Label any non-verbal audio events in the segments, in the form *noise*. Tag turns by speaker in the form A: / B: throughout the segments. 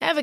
A: Ever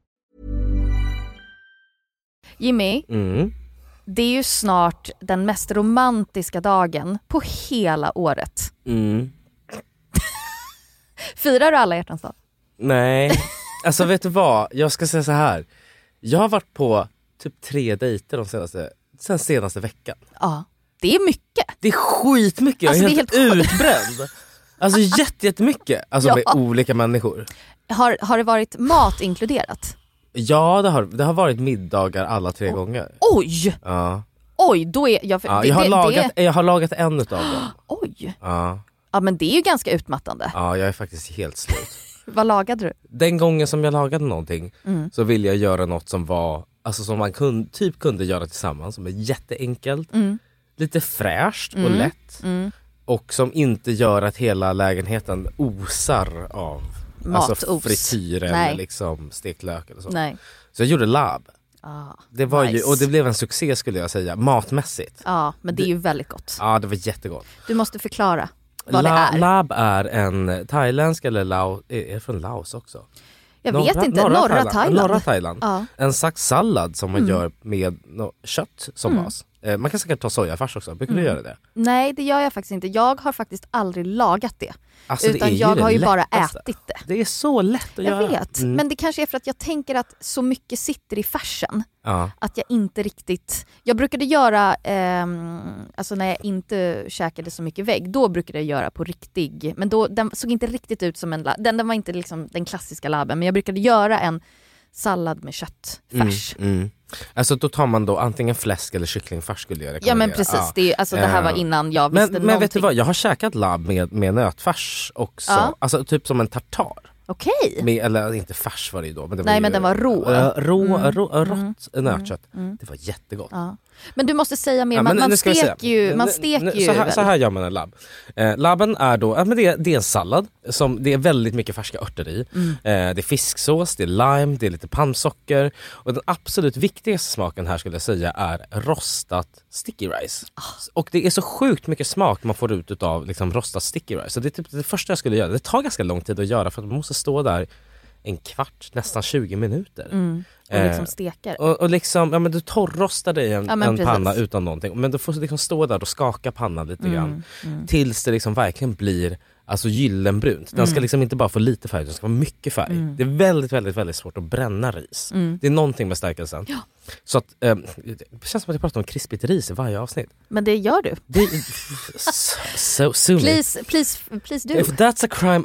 B: Jimmy,
C: Mm.
B: det är ju snart den mest romantiska dagen på hela året.
C: Mm.
B: *laughs* Firar du alla hjärtans dag?
C: Nej, alltså vet du vad? Jag ska säga så här. Jag har varit på typ tre dejter de senaste, sen senaste veckan.
B: Ja, det är mycket.
C: Det är skitmycket, jag är
B: Alltså, det är
C: helt,
B: helt sjukt.
C: utbränd. Alltså jätte- jättemycket, alltså
B: Ja.
C: med olika människor.
B: Har, har det varit mat inkluderat?
C: Ja det har, det har varit middagar alla tre gånger.
B: Oj!
C: Ja.
B: Oj, då är jag...
C: Ja,
B: det-
C: jag, har
B: det-
C: lagat,
B: Det,
C: jag har lagat en utav dem.
B: oj!
C: Ja.
B: Ja men det är ju ganska utmattande.
C: ja, jag är faktiskt helt slut.
B: Vad lagade du?
C: Den gången som jag lagade någonting
B: Mm.
C: så ville jag göra något som var Alltså som man kun, typ kunde göra tillsammans, som är jätteenkelt,
B: Mm.
C: lite fräscht och lätt och som inte gör att hela lägenheten osar av alltså
B: Matos.
C: frityr
B: Nej.
C: eller liksom stekt lök eller så.
B: Nej.
C: Så jag gjorde lab.
B: Ja,
C: Det var ju,
B: Nice. Ah.
C: och det blev en succé skulle jag säga, matmässigt.
B: ja men det är ju väldigt gott.
C: Ja det var jättegott.
B: Du måste förklara vad
C: La-
B: det är.
C: Lab är en thailändsk eller Lao, är är det från Laos också?
B: jag vet inte, norra, Thailand.
C: Norra Thailand.
B: Ja. Mm.
C: En slags sallad som man gör med no, kött som bas. Eh, man kan säkert ta sojafärs också, brukar
B: Mm.
C: du göra det?
B: Nej det gör jag faktiskt inte. Jag har faktiskt aldrig lagat det.
C: Alltså, det
B: utan
C: är ju
B: jag
C: det
B: har ju bara
C: lättaste.
B: ätit det.
C: Det är så lätt att göra. Mm.
B: Jag vet, men det kanske är för att jag tänker att så mycket sitter i färsen
C: Ja.
B: att jag inte riktigt... Jag brukade göra, ehm, alltså när jag inte käkade så mycket vägg, då brukade jag göra på riktig, men då, den såg inte riktigt ut som en la- den, den var inte liksom den klassiska labben, men jag brukade göra en sallad med köttfärs.
C: Mm, mm. Alltså då tar man då antingen fläsk eller kycklingfärs skulle jag
B: Ja
C: rekommendera.
B: men precis, det, är ju- alltså, det här var
C: Eh,
B: innan jag visste
C: Men, men vet du
B: någonting.
C: vad, jag har käkat labb med, med nötfärs också.
B: Ja.
C: Alltså typ som en tartar.
B: Okej,
C: Med, eller inte färs var det ju då. Men det
B: Nej,
C: ju,
B: men den var rå. Mm.
C: Ja, rå, rå rått nötkött. Det var jättegott.
B: ja. men du måste säga mer,
C: Ja,
B: man,
C: men
B: man
C: nu ska vi
B: steker
C: se.
B: ju, man
C: Nu- nu-
B: steker ju
C: så, här, så
B: väl?
C: här gör man en labb. Eh, labben är då, ja, men det, är, det är en sallad, som, det är väldigt mycket färska örter i.
B: Mm.
C: Eh, det är fisksås, det är lime, det är lite palmsocker. Och den absolut viktigaste smaken här skulle jag säga är rostat sticky rice.
B: Ah.
C: Och det är så sjukt mycket smak man får ut av liksom, rostat sticky rice. Så det är typ det första jag skulle göra. Det tar ganska lång tid att göra för att man måste stå där en kvart, nästan 20 minuter.
B: Och liksom
C: Eh,
B: steker.
C: och, och liksom, ja men du torrrostar dig i en,
B: Ja, men
C: en
B: precis.
C: panna utan någonting. Men du får liksom stå där och skaka pannan lite
B: Mm,
C: grann. Tills det liksom verkligen blir alltså gyllenbrunt. Den
B: Mm.
C: ska liksom inte bara få lite färg, den ska vara mycket färg. Det är väldigt, väldigt, väldigt svårt att bränna ris.
B: Mm.
C: Det är någonting med stärkelsen. Så att, eh, det känns som att jag pratar om krispigt ris i varje avsnitt.
B: Men det gör du. *laughs*
C: Det, so, so, sue me.
B: Please, please, please do.
C: If that's a crime,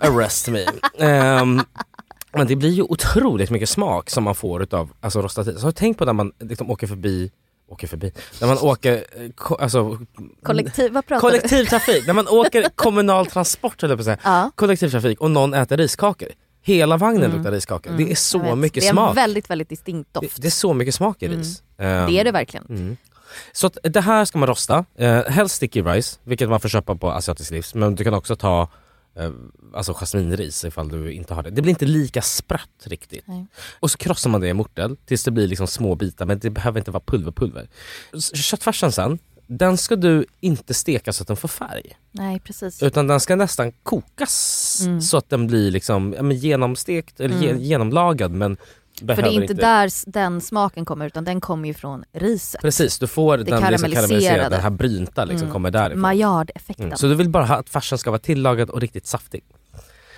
B: *laughs*
C: arrest me. Ehm, men det blir ju otroligt mycket smak som man får utav alltså, rostat ris. Så tänk på när man liksom åker förbi, åker förbi, när man åker eh, ko, alltså,
B: Kollektiv, vad pratar du?
C: kollektivtrafik, när
B: *laughs*
C: man åker kommunal transport eller på att säga.
B: Ja. Mm.
C: kollektivtrafik och någon äter riskakor. Hela vagnen luktar riskakor. Det är så
B: Jag vet.
C: mycket
B: det är en
C: smak.
B: väldigt, väldigt distinkt
C: Det,
B: doft.
C: det är så mycket smak i ris. Ehm,
B: Det är det verkligen.
C: så att det här ska man rosta, eh, helst sticky rice, vilket man får köpa på asiatisk livs. Men du kan också ta eh, alltså jasminris ifall du inte har det. Det blir inte lika spratt riktigt.
B: Nej.
C: Och så krossar man det i mortel tills det blir liksom små bitar men det behöver inte vara pulverpulver. S- Köttfärsen sen, den ska du inte steka så att den får färg.
B: Nej, precis.
C: Utan den ska nästan kokas
B: Mm.
C: så att den blir liksom, ja, men genomstekt eller ge- genomlagad men
B: För
C: behöver
B: det är inte
C: inte
B: där s- den smaken kommer, utan den kommer ju från riset.
C: Precis, du får den liksom
B: karamelliserade. Mm.
C: karamelliserade, den här brynta liksom kommer därifrån.
B: Maillard-effekten.
C: Mm. Så du vill bara ha att färsen ska vara tillagad och riktigt saftig.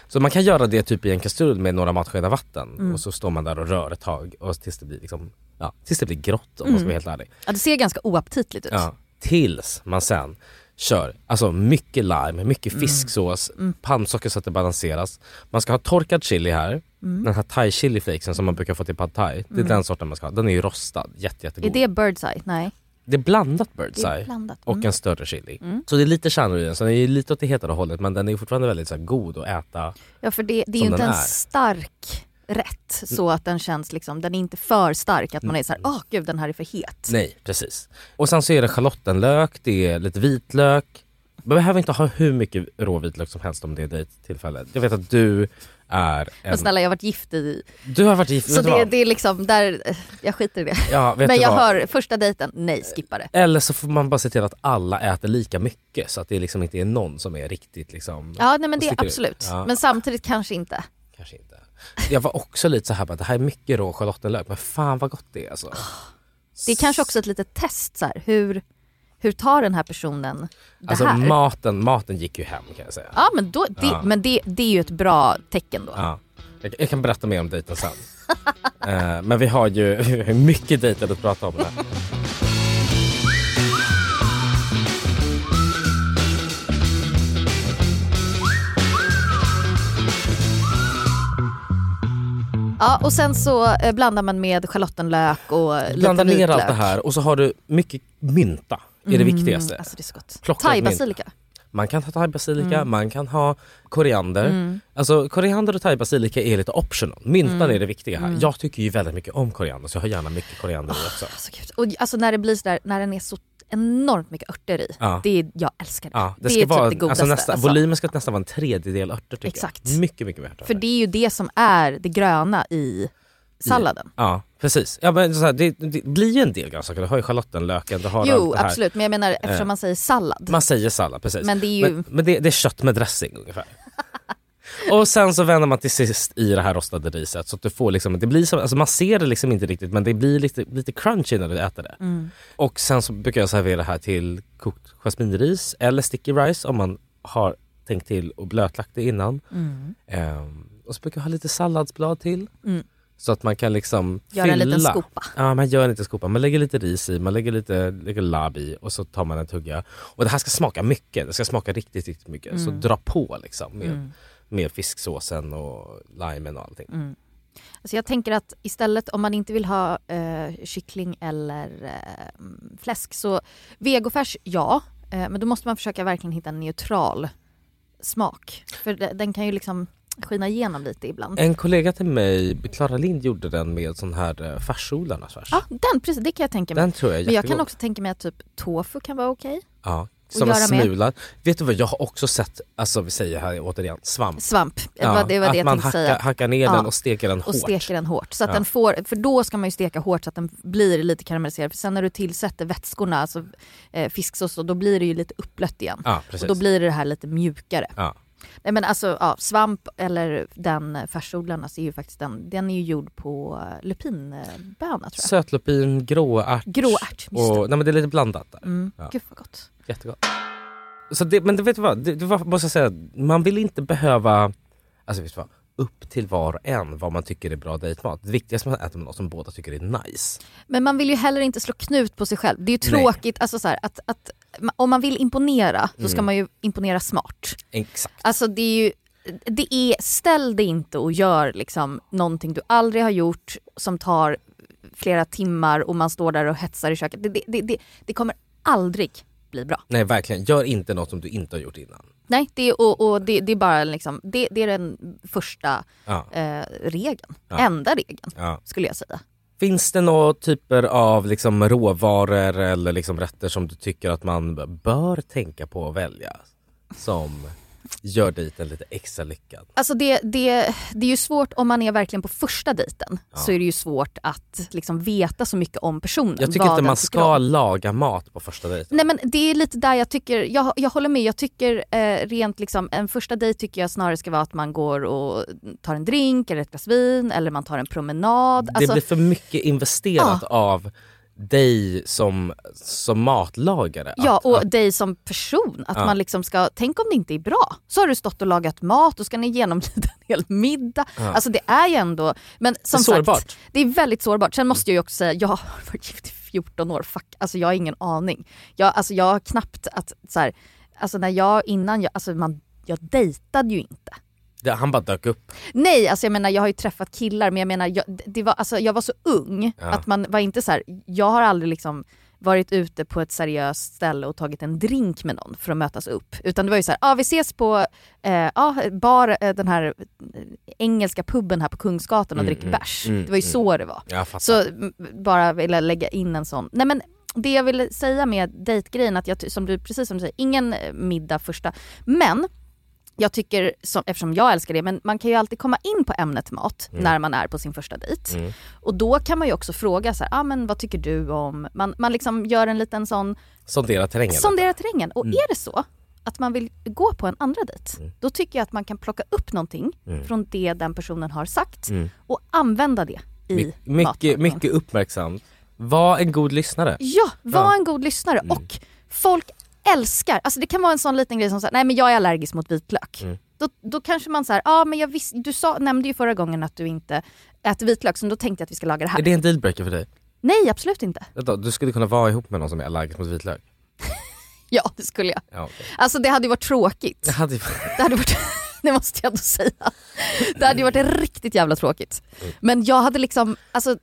C: Så man kan göra det typ i en kastrull med några matskedar vatten
B: Mm.
C: och så står man där och rör ett tag och tills det blir, liksom, ja, tills det blir grått om
B: Mm.
C: man ska vara helt ärlig.
B: Ja, det ser ganska oaptitligt ut.
C: Ja, tills man sen kör alltså mycket lime, mycket
B: Mm.
C: fisksås, palmsocker så att det balanseras. Man ska ha torkad chili här.
B: Mm.
C: Den här thai chili flakesen som man brukar få till pad thai, det är den sorten man ska ha. Den är ju rostad, jätte,
B: Är
C: jättegod.
B: det bird's eye? Nej,
C: Det är blandat
B: det är
C: birdseye
B: blandat. Mm.
C: och en större chili. Så det är lite kärnor i den, så den är ju lite åt det hetare hållet men den är fortfarande väldigt så här, god att äta.
B: Ja för det, det är
C: som
B: ju inte
C: den
B: en
C: är. Mm.
B: stark rätt så att den känns liksom, den är inte för stark att man är såhär, åh gud den här är för het.
C: Nej, precis. Och sen så är det schalottenlök, det är lite vitlök. Man behöver inte ha hur mycket råvitlök som helst om det är ditt tillfälle. Jag vet att du är en...
B: Men snälla jag har varit gift i,
C: Du har varit gift,
B: så
C: vet du
B: det,
C: vad?
B: det är liksom, där, eh, jag skiter i det.
C: Ja, vet
B: Men
C: du
B: jag
C: vad?
B: hör, första dejten, nej skippa det.
C: Eller så får man bara se till att alla äter lika mycket så att det liksom inte är någon som är riktigt liksom...
B: Ja nej men det
C: sticker
B: är
C: ut.
B: absolut,
C: Ja.
B: men samtidigt kanske inte.
C: Kanske inte. Jag var också lite så här bara, det här är mycket rå schalottenlök men fan vad gott det är alltså.
B: Det är kanske också ett litet test så här. hur, hur tar den här personen det
C: Alltså
B: här?
C: maten, maten gick ju hem kan jag säga.
B: Ja men, då, det,
C: Ja.
B: men det, det är ju ett bra tecken då.
C: Ja. Jag, jag kan berätta mer om
B: *laughs*
C: dejten sen. Eh, men vi har ju *laughs* vi har ju mycket dejter att prata om. Här.
B: Ja, och sen så eh, blandar man med schalottenlök och
C: Blanda
B: lite
C: ner
B: vitlök.
C: allt det här och så har du mycket mynta. Det är det viktigaste.
B: Alltså Mm. det är så gott.
C: Plocka ett
B: Thai-basilika.
C: Man kan ha thai-basilika, man kan ha koriander.
B: Mm.
C: Alltså koriander och thai-basilika är lite optional. Myntan är det viktiga
B: Mm.
C: här. Jag tycker ju väldigt mycket om koriander så jag har gärna mycket koriander i också.
B: Alltså, gud. och, alltså när det blir sådär, när den är så enormt mycket örter i.
C: Ja.
B: Det är, jag älskar det.
C: Ja, det,
B: det
C: ska
B: är typ
C: vara,
B: det godaste.
C: alltså nästa,
B: alltså.
C: Volymen ska nästan vara en tredjedel örter tycker
B: Exakt.
C: jag. Mycket, mycket mer örter.
B: För det är ju det som är det gröna i salladen.
C: Ja precis. Ja, men så här, det, det blir ju en del grönsaker. Du har ju schalottenlöken, du har allt
B: Jo
C: det här.
B: absolut, men jag menar eftersom
C: Eh.
B: man säger sallad.
C: Man säger sallad precis.
B: Men det är ju-
C: men, men det, det är kött med dressing
B: *laughs*
C: ungefär. och sen så vänder man till sist i det här rostade riset så att du får liksom, det blir som, alltså man ser det liksom inte riktigt men det blir lite, lite crunchy när du äter det.
B: Mm.
C: Och sen så brukar jag servera det här till kokt jasminris eller sticky rice om man har tänkt till och blötlagt det innan. Ehm, och så brukar jag ha lite salladsblad till.
B: Mm.
C: Så att man kan liksom
B: Göra en
C: fylla.
B: liten skopa.
C: Ja, man gör en liten skopa. Man lägger lite ris i, man lägger lite, lägger labb i och så tar man en tugga. Och det här ska smaka mycket. Det ska smaka riktigt, riktigt mycket. Så
B: Mm.
C: dra på liksom med, med fisksåsen och limen och allting.
B: Alltså jag tänker att istället om man inte vill ha eh, kyckling eller eh, fläsk så vegofärs ja, eh, men då måste man försöka verkligen hitta en neutral smak. För de- den kan ju liksom skina igenom lite ibland.
C: En kollega till mig, Clara Lind, gjorde den med sån här eh, färsodlarnas färs.
B: Ja, den precis, det kan jag tänka mig.
C: Den tror jag är
B: men jag kan
C: jättegod.
B: också tänka mig att typ tofu kan vara okej.
C: Ja, som är
B: göra med.
C: smulad. Vet du vad, jag har också sett, alltså vi säger här återigen, svamp.
B: Svamp, det
C: Ja,
B: var det, var
C: att
B: det jag
C: man
B: tänkte
C: hackar,
B: säga.
C: hackar ner
B: Ja.
C: den och steker den
B: Och
C: hårt.
B: steker den hårt. Så att
C: Ja.
B: den får, för då ska man ju steka hårt så att den blir lite karamelliserad. För sen när du tillsätter vätskorna, alltså eh, fisksås, då blir det ju lite uppblött igen.
C: Ja,
B: Och
C: precis.
B: då blir det här lite mjukare.
C: ja.
B: Nej men alltså ja, svamp eller den färsodlarnas är ju faktiskt den, den är ju gjord på eh, lupinböna tror jag.
C: Sötlupin, gråärt.
B: Gråärt, just det.
C: och, nej men det är lite blandat där.
B: Mm.
C: Ja.
B: Gud vad gott.
C: Jättegott. Så det, men det vet du vad, det, det var, måste jag säga, man vill inte behöva, alltså vet du vad, upp till var och en vad man tycker är bra dejtmat. Det viktigaste är att man äter med något som båda tycker är nice.
B: Men man vill ju heller inte slå knut på sig själv. Det är ju
C: Nej.
B: tråkigt, alltså så här, att, att ma- om man vill imponera så
C: Mm.
B: ska man ju imponera smart.
C: Exakt.
B: Alltså det är ju, det är, ställ dig inte och gör liksom någonting du aldrig har gjort som tar flera timmar och man står där och hetsar i köket. Det, det, det, det, det kommer aldrig bli bra.
C: Nej verkligen, gör inte något som du inte har gjort innan.
B: Nej, det är, och, och det, det är bara liksom, det, det är den första
C: Ja,
B: eh, regeln.
C: Ja.
B: Enda regeln,
C: ja.
B: skulle jag säga.
C: Finns det några typer av liksom råvaror eller liksom rätter som du tycker att man b- bör tänka på att välja? Som gör dejten lite extra lyckad?
B: Alltså det, det, det är ju svårt om man är verkligen på första dejten, så är det ju svårt att liksom veta så mycket om personen.
C: Jag tycker
B: vad
C: inte
B: den
C: man
B: om.
C: ska laga mat på första dejten.
B: Nej men det är lite där jag tycker, jag, jag håller med, jag tycker eh, rent liksom en första dejt tycker jag snarare ska vara att man går och tar en drink eller ett glas vin eller man tar en promenad. Alltså,
C: det blir för mycket investerat av dig som, som matlagare.
B: Ja
C: att,
B: och
C: att,
B: dig som person, att
C: Ja.
B: man liksom ska, tänk om det inte är bra. Så har du stått och lagat mat och ska ni genomlida en hel middag.
C: Ja.
B: Alltså det är ju ändå, men som sagt,
C: sårbart.
B: det är väldigt sårbart. Sen måste jag ju också säga, jag har *laughs* varit gift i 14 år, fuck, alltså jag har ingen aning. Jag, alltså jag har knappt att, så här, alltså när jag innan, jag, alltså man, jag dejtade ju inte.
C: det, han bara dök upp.
B: Nej, alltså jag menar jag har ju träffat killar men jag menar jag, det var, alltså, jag var så ung
C: Ja.
B: att man var inte så här, jag har aldrig liksom varit ute på ett seriöst ställe och tagit en drink med någon för att mötas upp. Utan det var ju så här, ah, vi ses på eh, ah, bar, eh, den här eh, engelska puben här på Kungsgatan och
C: Mm,
B: dricker
C: mm,
B: bärs.
C: mm,
B: det var ju
C: mm.
B: så det var.
C: Jag fattar.
B: Så m- bara ville lägga in en sån. Nej men det jag ville säga med dejtgrejen, att jag, ty- som du, precis som du säger, ingen eh, middag första. Men jag tycker, som, eftersom jag älskar det, men man kan ju alltid komma in på ämnet mat
C: Mm.
B: när man är på sin första dejt. Och då kan man ju också fråga så här, ah, men vad tycker du om, man, man liksom gör en liten sån,
C: Sondera terrängen.
B: sondera terrängen.
C: Mm.
B: Och är det så att man vill gå på en andra dejt, då tycker jag att man kan plocka upp någonting
C: Mm.
B: från det den personen har sagt och använda det i
C: My, mycket,
B: matlagningen.
C: mycket uppmärksamt. Var en god lyssnare.
B: Ja, Mm. var
C: Ja.
B: en god lyssnare. Och folk älskar, alltså det kan vara en sån liten grej som säger nej men jag är allergisk mot vitlök. Då, då kanske man säger, ja men jag visst, du sa, nämnde ju förra gången att du inte äter vitlök så då tänkte jag att vi ska laga det här.
C: Är det en dealbreaker för dig?
B: Nej absolut inte.
C: Vänta, Du skulle kunna vara ihop med någon som är allergisk mot vitlök?
B: Ja det skulle jag.
C: Ja, okej.
B: Alltså det hade ju varit tråkigt.
C: Det hade ju-
B: Det hade varit, *laughs* det måste jag ändå säga. Det hade ju varit riktigt jävla tråkigt. Men jag hade liksom, alltså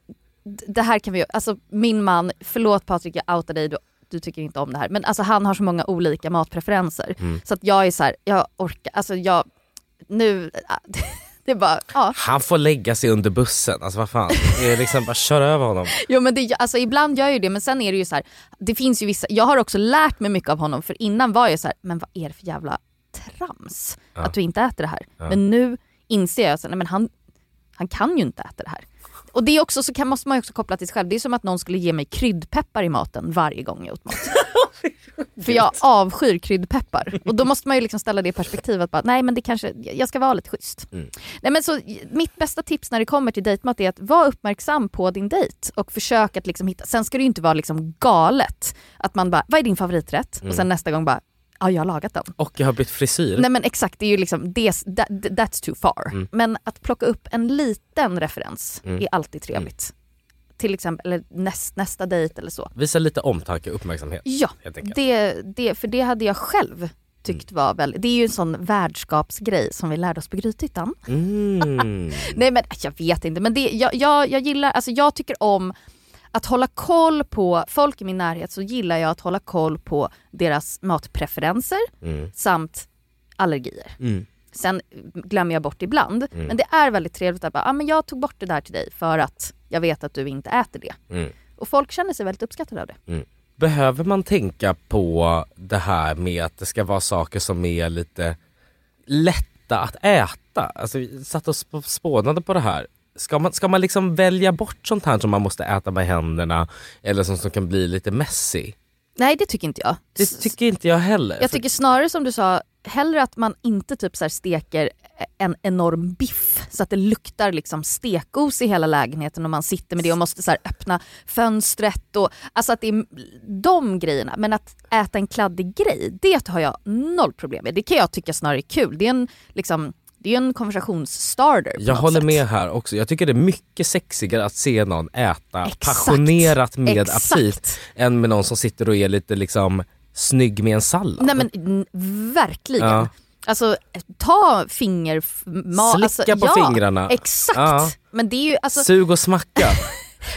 B: d- det här kan vi ju, alltså min man, förlåt Patrik jag outar dig, du, du tycker inte om det här. Men alltså han har så många olika matpreferenser. Så att jag är så här, jag orkar, alltså jag, nu, *laughs* det är bara, ja.
C: Han får lägga sig under bussen, alltså vad fan. Det är liksom bara kör över honom.
B: Jo men det, alltså, ibland gör jag ju det men sen är det ju så här, det finns ju vissa, jag har också lärt mig mycket av honom för innan var jag så här, men vad är det för jävla trams att du inte äter det här? Men nu inser jag så här, nej men han, han kan ju inte äta det här. Och det är också, så kan, måste man ju också koppla till sig själv, det är som att någon skulle ge mig kryddpeppar i maten varje gång jag åt mat. för jag avskyr kryddpeppar. Och då måste man ju liksom ställa det i perspektivet, bara, nej men det kanske, jag ska vara lite schysst. Nej, men så, mitt bästa tips när det kommer till dejtmat är att vara uppmärksam på din dejt och försök att liksom hitta. Sen ska det ju inte vara liksom galet att man bara, vad är din favoriträtt? Och
C: Mm.
B: sen nästa gång bara, ja jag har lagat den.
C: Och jag har bytt frisyr.
B: Nej men exakt, det är ju liksom, det, that, that's too far.
C: Mm.
B: Men att plocka upp en liten referens är alltid trevligt.
C: Mm.
B: Till exempel eller näst, nästa dejt eller så.
C: Visa lite omtanke och uppmärksamhet.
B: Ja,
C: Helt enkelt. Mm.
B: det, det, för det hade jag själv tyckt var väldigt, det är ju en sån värdskapsgrej som vi lärde oss på Grythyttan.
C: Mm.
B: Nej men jag vet inte, men det, jag, jag, jag gillar, alltså jag tycker om att hålla koll på folk i min närhet så gillar jag att hålla koll på deras matpreferenser samt allergier.
C: Mm.
B: Sen glömmer jag bort ibland, men det är väldigt trevligt att bara, ah, men jag tog bort det där till dig för att jag vet att du inte äter det.
C: Mm.
B: Och folk känner sig väldigt uppskattade av det.
C: Behöver man tänka på det här med att det ska vara saker som är lite lätta att äta? Alltså vi satt och sp- spånade på det här. Ska man, ska man liksom välja bort sånt här som man måste äta med händerna eller sånt som kan bli lite messy?
B: Nej det tycker inte jag.
C: Det tycker inte jag heller.
B: Jag
C: För-
B: tycker snarare som du sa, hellre att man inte typ så här steker en enorm biff så att det luktar liksom stekos i hela lägenheten och man sitter med det och måste så här öppna fönstret. Och, alltså att det är de grejerna. Men att äta en kladdig grej, det har jag noll problem med. Det kan jag tycka snarare är kul. Det är en, liksom, det är en konversationsstarter. på
C: Jag
B: något
C: håller
B: sätt.
C: med här också. Jag tycker det är mycket sexigare att se någon äta
B: Exakt.
C: passionerat med
B: Exakt.
C: aptit än med någon som sitter och är lite liksom snygg med en sallad.
B: Nej men n- verkligen.
C: Ja.
B: Alltså ta finger... f- ma-
C: Slicka
B: alltså,
C: på
B: ja,
C: fingrarna.
B: Exakt.
C: Ja.
B: Men det är ju alltså,
C: Sug
B: *laughs*
C: och smacka.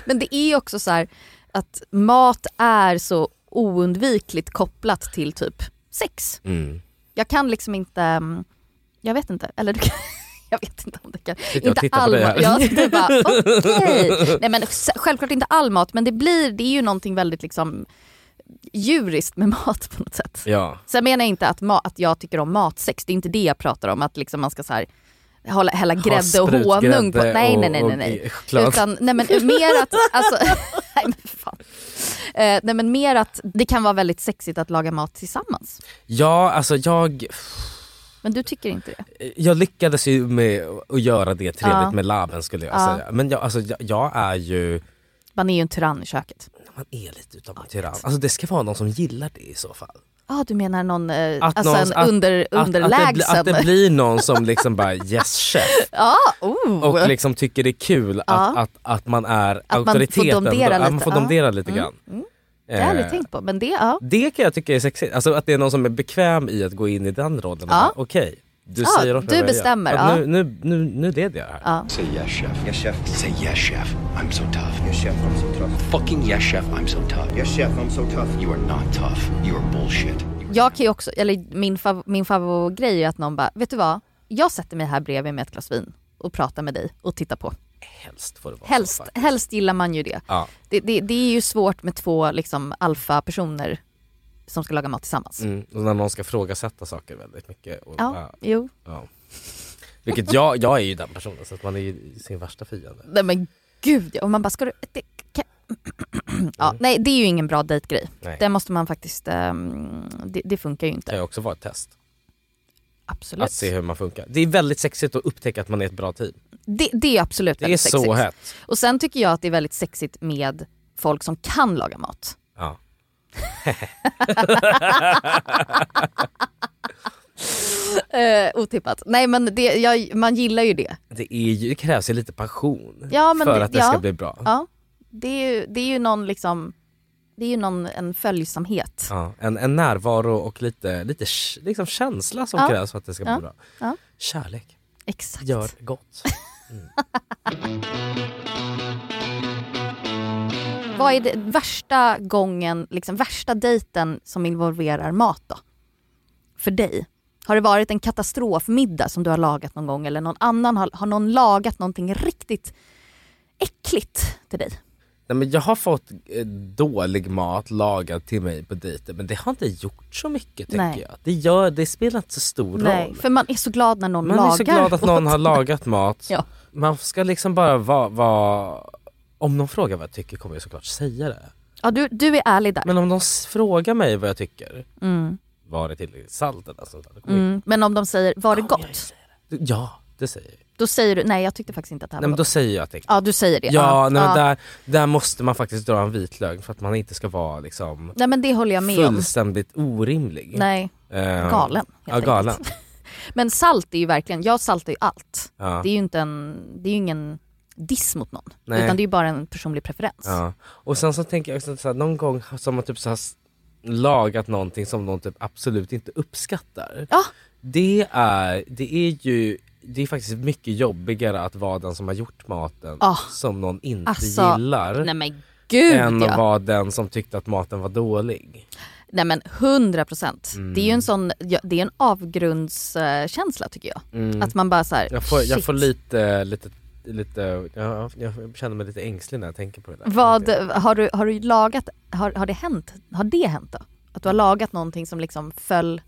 B: Men det är också så här att mat är så oundvikligt kopplat till typ sex.
C: Mm.
B: Jag kan liksom inte, mm, jag vet inte, eller du kan, *laughs* jag vet inte om det kan.
C: jag
B: inte
C: tittar på dig
B: mat.
C: här.
B: Ja, det är bara, okej. Nej men s- självklart inte all mat men det blir, det är ju någonting väldigt liksom djuriskt med *laughs* mat på något sätt.
C: *laughs* Ja.
B: Sen menar jag inte att, ma- att jag tycker om matsex, det är inte det jag pratar om. Att liksom man ska så här, hålla, hälla grädde och
C: sprutgrädde
B: honung på. Nej,
C: och-
B: nej, nej. nej,
C: och
B: nej.
C: choklad.
B: Utan, nej men mer att, alltså, *laughs* nej, men fan. Eh, nej men mer att det kan vara väldigt sexigt att laga mat tillsammans.
C: Ja, alltså jag,
B: Men du tycker inte det?
C: jag lyckades ju med att göra det trevligt
B: Ja.
C: med laben skulle jag
B: Ja.
C: säga. Men jag, alltså, jag, jag är ju,
B: Man är ju en tyrann i köket.
C: man är lite utav en tyrann. Alltså det ska vara någon som gillar det i så fall.
B: ah, du menar någon, eh,
C: Att
B: alltså
C: någon-
B: en under,
C: Att, att, det, bli-
B: underlägsen?
C: att det blir någon som liksom bara yes chef
B: *laughs* Ja, oh.
C: och liksom tycker det är kul att,
B: Ja.
C: att, att man är
B: får
C: auktoriteten.
B: domdera
C: Ja, man
B: lite.
C: får
B: Ja.
C: domdera lite
B: Mm,
C: grann.
B: det har jag
C: Eh,
B: aldrig tänkt på. Men det, ja.
C: Det kan jag tycka är sexigt, alltså att det är någon som är bekväm i att gå in i den rollen.
B: Ja.
C: Ja. Okej, du
B: Ja,
C: säger åt mig
B: du
C: vad jag gör.
B: bestämmer,
C: Ja,
B: ja.
C: Nu, nu, nu, nu leder jag det här.
B: Ja.
D: Say yes, chef. Yes, chef. Say yes, chef. I'm so tough. Yes, chef. I'm so tough. Fucking yes, chef. I'm so tough. Yes, chef. I'm so tough. You are not tough. You are bullshit.
B: Jag kan ju också, eller min, fav, min favoritgrej är ju att någon bara, vet du vad? Jag sätter mig här bredvid med ett glas vin och pratar med dig och tittar på.
C: Helst får det vara
B: Helst,
C: så. faktiskt.
B: helst gillar man ju det.
C: Ja.
B: Det, det. det är ju svårt med två liksom alfa-personer som ska laga mat tillsammans.
C: Mm. Och när någon ska frågasätta saker väldigt mycket. Och,
B: Ja,
C: ja,
B: jo.
C: ja. Vilket jag, jag är ju den personen så att man är ju sin värsta fiende.
B: Nej men gud, ja. och man bara, ska du... Det, kan... *clears throat* ja, nej, det är ju ingen bra dejtgrej.
C: Mm. Nej.
B: Det måste man faktiskt, ehm, det, det funkar ju
C: Det
B: inte.
C: kan ju också vara ett test.
B: Absolut.
C: Att se hur man funkar. Det är väldigt sexigt att upptäcka att man är ett bra team.
B: Det, det är ju absolut
C: Det är
B: väldigt
C: så
B: sexigt.
C: hett.
B: Och sen tycker jag att det är väldigt sexigt med folk som kan laga mat.
C: Ja.
B: Eh, otippat. Nej men det, jag, man gillar ju det.
C: Det, är ju, det krävs ju lite passion
B: Ja, men
C: för
B: det-
C: att det
B: ja.
C: ska bli bra.
B: Ja. Det är ju, det är ju någon liksom, det är ju någon, en följsamhet.
C: Ja, en, en närvaro och lite, lite sh- liksom känsla som
B: Ja.
C: krävs för att det ska bli
B: Ja.
C: bra.
B: Ja.
C: Kärlek
B: Exakt.
C: gör gott.
B: Vad är det värsta gången, liksom värsta dejten som involverar mat då? För dig? Har det varit en katastrofmiddag som du har lagat någon gång eller någon annan, har, har någon lagat någonting riktigt äckligt till dig?
C: Nej, men jag har fått eh, dålig mat lagad till mig på dejter men det har inte gjort så mycket
B: Nej.
C: tänker jag. Det, gör, det spelar inte så stor roll.
B: för man är så glad när någon
C: Man
B: lagar.
C: är så glad att någon har lagat mat.
B: Ja.
C: Man ska liksom bara vara... vara- om någon frågar vad jag tycker kommer jag såklart säga det.
B: Ja, du, du är ärlig där.
C: Men om de s- frågar mig vad jag tycker,
B: Mm.
C: var det tillräckligt salt eller sånt där? då kommer jag-
B: Mm. Men om de säger, var det
C: Ja, jag
B: gott?
C: säger det. Ja, det säger jag.
B: Då säger du, nej jag tyckte faktiskt inte att det här
C: Nej, men
B: var
C: då
B: gott.
C: säger jag att det är
B: Ja du säger det.
C: Ja, nej, men
B: ja.
C: Där, där måste man faktiskt dra en vitlög för att man inte ska vara liksom
B: nej men det håller jag med om.
C: fullständigt orimlig.
B: Nej,
C: Eh,
B: galen. helt
C: Ja, galen.
B: enkelt. *laughs* Men salt är ju verkligen, jag saltar ju allt.
C: Ja,
B: Det är ju inte en, det är ju ingen diss mot någon.
C: Nej.
B: Utan det är ju bara en personlig preferens.
C: ja. Och sen så tänker jag också så här, någon gång som man typ så här s- lagat någonting som någon typ absolut inte uppskattar.
B: Ja.
C: Det, är, det är ju det är faktiskt mycket jobbigare att vara den som har gjort maten
B: Ah.
C: som någon inte
B: Alltså,
C: gillar
B: Nej men gud
C: än att
B: ja.
C: vara den som tyckte att maten var dålig.
B: Nej men 100 procent.
C: Mm.
B: Det är ju en sån, ja, det är en avgrundskänsla tycker jag.
C: Mm.
B: Att man bara såhär,
C: Jag får, jag
B: shit.
C: får lite, lite, lite jag, jag känner mig lite ängslig när jag tänker på det där.
B: Vad, har du, har du lagat, har, har det hänt, har det hänt då? Att du har lagat någonting som liksom föll,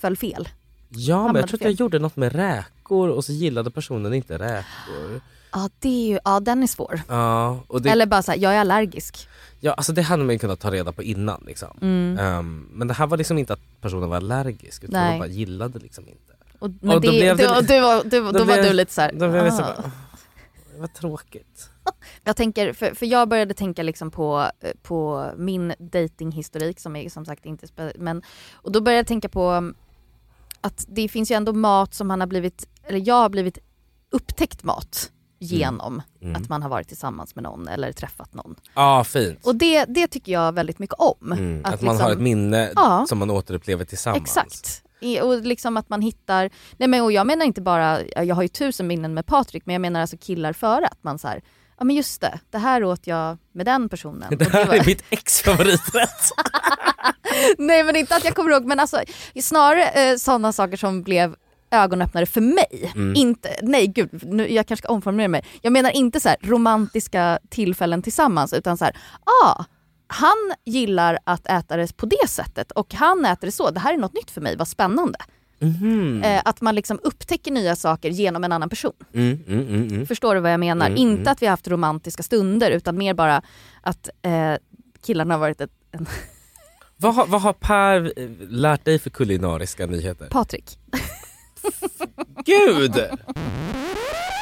B: föll fel?
C: Ja men
B: hamnade
C: jag tror att
B: fel?
C: jag gjorde något med räkor och så gillade personen inte räkor.
B: Ja det är ju, ja den är svår.
C: Ja, och det,
B: Eller bara såhär, jag är allergisk.
C: ja, alltså det hade man ju kunnat ta reda på innan liksom. Ehm, men det här var liksom inte att personen var allergisk utan
B: Mm. Nej.
C: man bara gillade liksom inte.
B: Och,
C: Ja,
B: men
C: då
B: det,
C: blev
B: då,
C: det-
B: du, var- du, då,
C: Då
B: var
C: blev-
B: du lite såhär,
C: Då blev jag så
B: ah.
C: bara, "Åh, vad tråkigt.
B: Jag tänker, för, för jag började tänka liksom på, eh, på min datinghistorik som är som sagt inte spe- men och då började jag tänka på mm, att det finns ju ändå mat som han har blivit, eller jag har blivit upptäckt mat genom
C: Mm.
B: att man har varit tillsammans med någon eller träffat någon.
C: Ja fint.
B: Och det, det tycker jag väldigt mycket om. liksom
C: mm. att, man har ett minne
B: Ja.
C: som man återupplever tillsammans. *laughs*
B: Exakt. I- Och liksom att man hittar, nej men och jag menar inte bara, jag har ju tusen minnen med Patrik, men jag menar alltså killar före att man så här, ja men just det, det här åt jag med den
C: *laughs*
B: personen. Och
C: Det här
B: var-
C: är mitt ex favoriträtt.
B: nej men inte att jag kommer ihåg, men alltså snarare eh, sådana saker som blev ögonöppnare för mig.
C: Mm.
B: Inte, nej gud, nu, jag kanske ska omformulera mig. Jag menar inte så här romantiska tillfällen tillsammans utan så här, ah, han gillar att äta det på det sättet och han äter det så. Det här är något nytt för mig, vad spännande.
C: Mhm.
B: Eh, att man liksom upptäcker nya saker genom en annan person.
C: Mm, mm, mm, mm.
B: Förstår du vad jag menar?
C: Mm,
B: inte
C: mm.
B: att vi har haft romantiska stunder utan mer bara att eh, killarna har varit ett, en
C: *laughs* Vad, har- vad har Per eh, lärt dig för kulinariska nyheter?
B: Patrik.
C: Gud!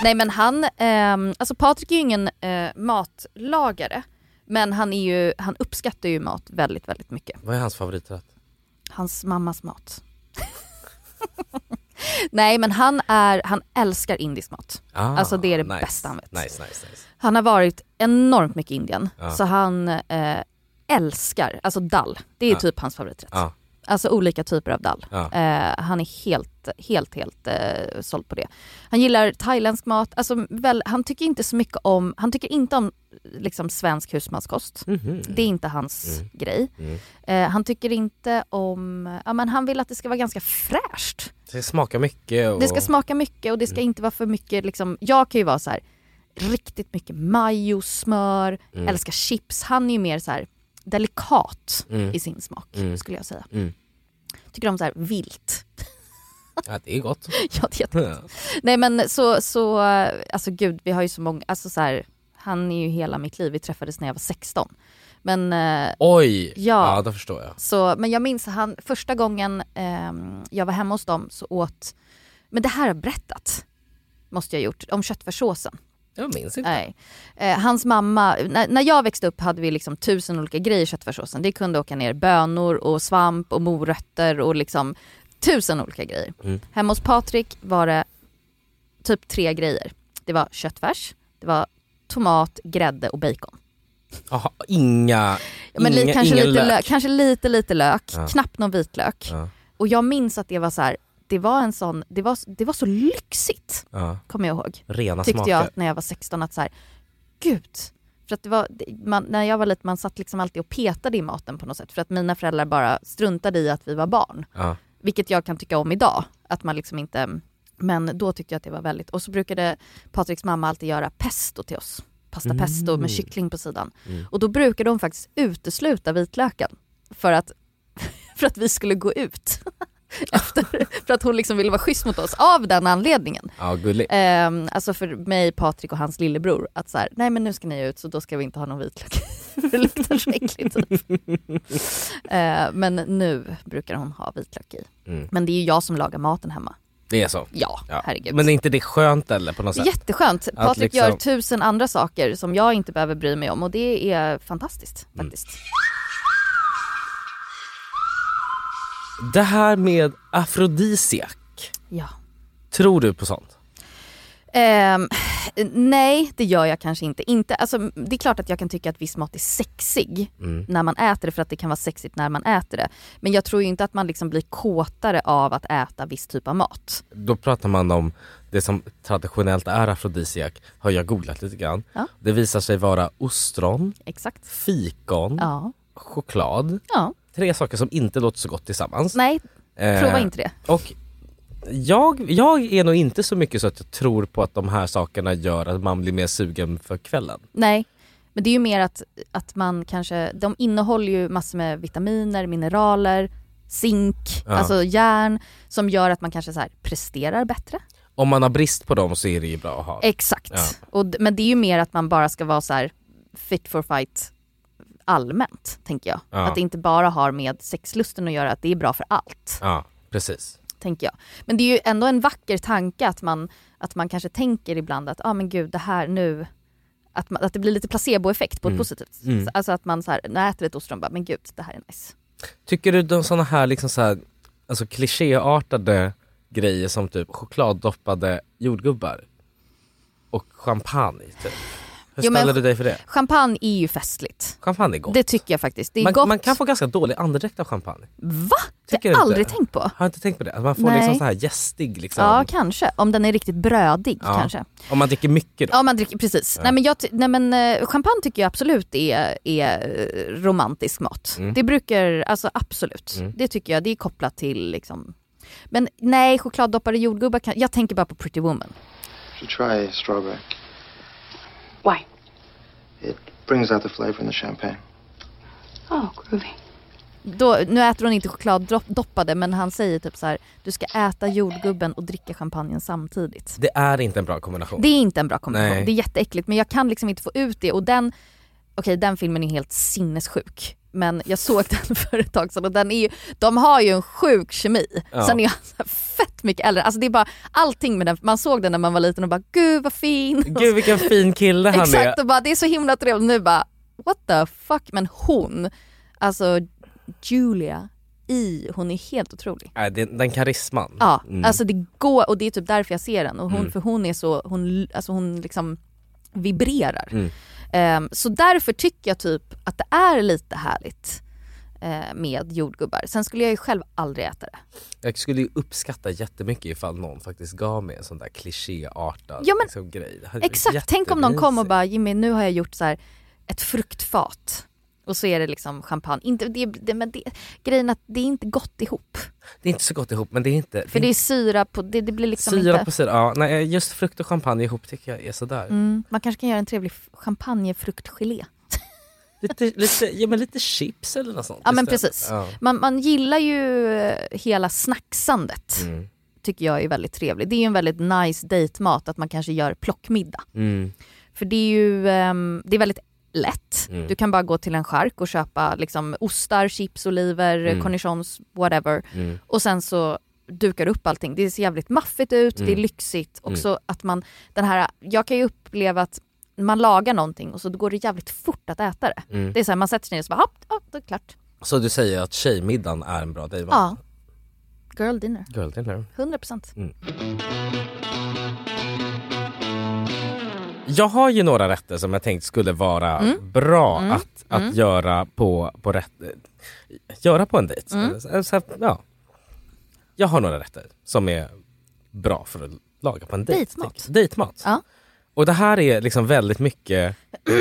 B: Nej men han, ehm, alltså Patrik är ju ingen eh, matlagare Men han, är ju, han uppskattar ju mat väldigt, väldigt mycket.
C: Vad är hans favoriträtt?
B: Hans mammas mat. *laughs* Nej men han, är, han älskar indisk mat.
C: Ah,
B: Alltså, det är det
C: nice.
B: bästa han vet.
C: Nice, nice, nice.
B: Han har varit enormt mycket i Indien,
C: Ja.
B: så han eh, älskar, alltså dal, det är
C: Ja.
B: typ hans favoriträtt.
C: Ja.
B: Alltså olika typer av dal.
C: Ja.
B: Eh, han är helt, helt, helt eh, såld på det. Han gillar thailändsk mat, alltså väl, han tycker inte så mycket om, han tycker inte om liksom svensk husmanskost.
C: Mm.
B: Det är inte hans grej. Eh, han tycker inte om, ja men han vill att det ska vara ganska fräscht.
C: Det smakar mycket och... Mm.
B: Det ska smaka mycket och det ska inte vara för mycket liksom, jag kan ju vara så här riktigt mycket majo, smör,
C: Mm.
B: älskar chips. Han är ju mer så här delikat i sin smak skulle jag säga.
C: Mm.
B: Tycker om så här vilt. *laughs*
C: ja, det är gott. *laughs*
B: ja, det är jättegott.
C: Ja.
B: Nej men så, så, alltså gud vi har ju så många, alltså så här, han är ju hela mitt liv, vi träffades när jag var 16. Men eh,
C: Oj!
B: Ja.
C: ja, då förstår jag.
B: så, men jag minns han, första gången ehm, jag var hemma hos dem så åt, men det här har jag berättat, måste jag ha gjort, om köttfärssåsen.
C: Jag minns inte.
B: Nej. Eh, hans mamma, när, när jag växte upp hade vi liksom tusen olika grejer i köttfärssåsen. Det kunde åka ner bönor och svamp och morötter och liksom tusen olika grejer.
C: Mm.
B: Hemma hos Patrik var det typ tre grejer. Det var köttfärs, det var tomat, grädde och bacon.
C: Jaha, inga,
B: Ja, men
C: inga,
B: li- kanske,
C: ingen
B: lite lök. kanske lite, lite lök,
C: Ja.
B: knappt någon vitlök.
C: Ja.
B: Och jag minns att det var så här, det var en sån, det var, det var så lyxigt,
C: Ja,
B: kommer jag ihåg
C: rena
B: tyckte
C: smaker.
B: jag när jag var 16 att så här, gud. För att det var, det- man, när jag var liten man satt liksom alltid och petade i maten på något sätt för att mina föräldrar bara struntade i att vi var barn.
C: Ja.
B: Vilket jag kan tycka om idag, att man liksom inte, men då tyckte jag att det var väldigt, och så brukade Patriks mamma alltid göra pesto till oss. Pasta pesto med kyckling på sidan. Och då brukade hon faktiskt utesluta vitlöken för att, *laughs* för att vi skulle gå ut. *laughs* Efter, för att hon liksom ville vara schysst mot oss av den anledningen.
C: ja, gulligt.
B: Ehm, alltså för mig, Patrik och hans lillebror, att så här, nej men nu ska ni ut så då ska vi inte ha någon vitlök. *laughs* För det luktar så äckligt typ.
C: *laughs*
B: Ehm, men nu brukar hon ha vitlök i.
C: Mm.
B: Men det är ju jag som lagar maten hemma.
C: Det är så.
B: Ja,
C: Ja.
B: herregud.
C: Men är inte det skönt eller på något sätt?
B: Jätteskönt. Patrik
C: liksom-
B: gör tusen andra saker som jag inte behöver bry mig om och det är fantastiskt
C: Mm.
B: faktiskt.
C: Det här med afrodisiak,
B: Ja.
C: tror du på sånt?
B: Ehm, nej, det gör jag kanske inte. inte alltså, det är klart att jag kan tycka att viss mat är sexig
C: Mm.
B: när man äter det för att det kan vara sexigt när man äter det. Men jag tror ju inte att man liksom blir kåtare av att äta viss typ av mat.
C: Då pratar man om det som traditionellt är afrodisiak, har jag googlat lite grann.
B: Ja.
C: Det visar sig vara ostron,
B: Exakt.
C: fikon,
B: Ja.
C: choklad.
B: ja.
C: Tre saker som inte låter så gott tillsammans.
B: Nej, prova
C: Eh,
B: inte det.
C: Och jag, jag är nog inte så mycket så att jag tror på att de här sakerna gör att man blir mer sugen för kvällen.
B: Nej. Men det är ju mer att, att man kanske, de innehåller ju massor med vitaminer, mineraler, zink,
C: Ja.
B: alltså järn som gör att man kanske så här presterar bättre.
C: Om man har brist på dem så är det ju bra att ha.
B: Exakt.
C: Ja.
B: Och, d- men det är ju mer att man bara ska vara så här fit for fight allmänt, tänker jag.
C: Ja.
B: Att det inte bara har med sexlusten att göra, att det är bra för allt,
C: Ja, precis.
B: tänker jag. Men det är ju ändå en vacker tanke att man, att man kanske tänker ibland att, ah, men gud, det här nu, att, man, att det blir lite placeboeffekt på
C: Mm.
B: ett positivt sätt. Alltså att man så här, när jag äter ett ostron, bara, men gud, det här är nice.
C: Tycker du de såna här, liksom så här alltså klichéartade grejer som typ chokladdoppade jordgubbar och champagne typ? Hur
B: Jo, men-
C: ställer du dig för det?
B: Champagne är ju festligt.
C: Champagne är gott.
B: Det tycker jag faktiskt. Det är
C: man,
B: gott.
C: man kan få ganska dålig andedräkt av champagne.
B: Va? Det
C: Tycker
B: har jag
C: du
B: aldrig
C: inte?
B: tänkt på.
C: Har jag inte tänkt på det? Att man får
B: Nej.
C: liksom så här gästig liksom.
B: Ja, kanske. Om den är riktigt brödig
C: Ja.
B: kanske.
C: Om man dricker mycket då.
B: Ja man dricker, precis. Nej men, jag, ty- nej, men eh, champagne tycker jag absolut är, är eh, romantisk mat. Det brukar, alltså absolut. Det tycker jag, det är kopplat till liksom. Men nej, chokladdoppade jordgubbar, kan, jag tänker bara på Pretty Woman.
E: should try strawberry.
F: Why?
E: It brings out the flavor in the champagne.
F: Oh, groovy.
B: Då, nu äter hon inte chokladdoppade men han säger typ så här: du ska äta jordgubben och dricka champagnen samtidigt.
C: Det är inte en bra kombination.
B: Det är inte en bra kombination,
C: Nej.
B: det är jätteäckligt men jag kan liksom inte få ut det och den, okej den filmen är helt sinnessjuk. Men jag såg *laughs* den för ett tag sedan och den är ju, de har ju en sjuk kemi.
C: Ja.
B: Sen är jag så här fett mycket äldre, alltså det är bara allting med den, man såg den när man var liten och bara gud vad fin.
C: Gud vilken fin kille han är.
B: Exakt och bara det är så himla trevligt, nu bara what the fuck, men hon, alltså Julia i, hon är helt otrolig.
C: Nej, den, den karisman.
B: Ja,
C: Mm.
B: alltså det går, och det är typ därför jag ser den. Och hon,
C: Mm.
B: För hon är så, hon, alltså hon liksom vibrerar.
C: Mm.
B: Ehm, så därför tycker jag typ att det är lite härligt eh, med jordgubbar. Sen skulle jag ju själv aldrig äta det.
C: Jag skulle ju uppskatta jättemycket ifall någon faktiskt gav mig en sån där klichéartad
B: Ja, men-
C: liksom, grej. Det hade varit
B: Exakt, tänk om någon kom och
C: jättemysigt.
B: bara Jimmy nu har jag gjort så här ett fruktfat och så är det liksom champagne. Inte, det, det, men det, grejen är att det är inte gott ihop.
C: Det är inte så gott ihop men det är inte... Mm.
B: För det är syra på, det, det blir liksom
C: syra
B: inte...
C: på syra. Ja, nej, just frukt och champagne ihop tycker jag är sådär.
B: Mm, man kanske kan göra en trevlig f- champagnefruktgelé.
C: Lite, lite, ja, men lite chips eller något sånt.
B: Ja, men
C: istället.
B: precis.
C: Ja.
B: Man, man gillar ju eh, hela snacksandet.
C: Mm.
B: Tycker jag är väldigt trevligt. Det är ju en väldigt nice dejtmat att man kanske gör plockmiddag.
C: Mm.
B: För det är ju ehm, det är väldigt lätt.
C: Mm.
B: Du kan bara gå till en chark och köpa liksom, ostar, chips, oliver,
C: Mm.
B: cornichons, whatever.
C: Mm.
B: Och sen så dukar du upp allting. Det ser jävligt maffigt ut,
C: Mm.
B: det är lyxigt.
C: Mm.
B: Också att man, den här, jag kan ju uppleva att man lagar någonting och så går det jävligt fort att äta det.
C: Mm.
B: Det är så här, man sätter sig ner och så bara hopp, ja, då är det klart.
C: Så du säger att tjejmiddagen är en bra dejt? va?
B: Ja. Girl dinner,
C: Girl dinner.
B: 100%.
C: Jag har ju några rätter som jag tänkt skulle vara
B: Mm.
C: bra att, att göra på, på rätt... Göra på en dejt.
B: Mm.
C: Så- Så, ja. Jag har några rätter som är bra för att laga på en dejt.
B: Dejtmat.
C: tänker jag. Dejtmat.
B: Ja.
C: Och det här är liksom
B: *clears throat*
C: väldigt mycket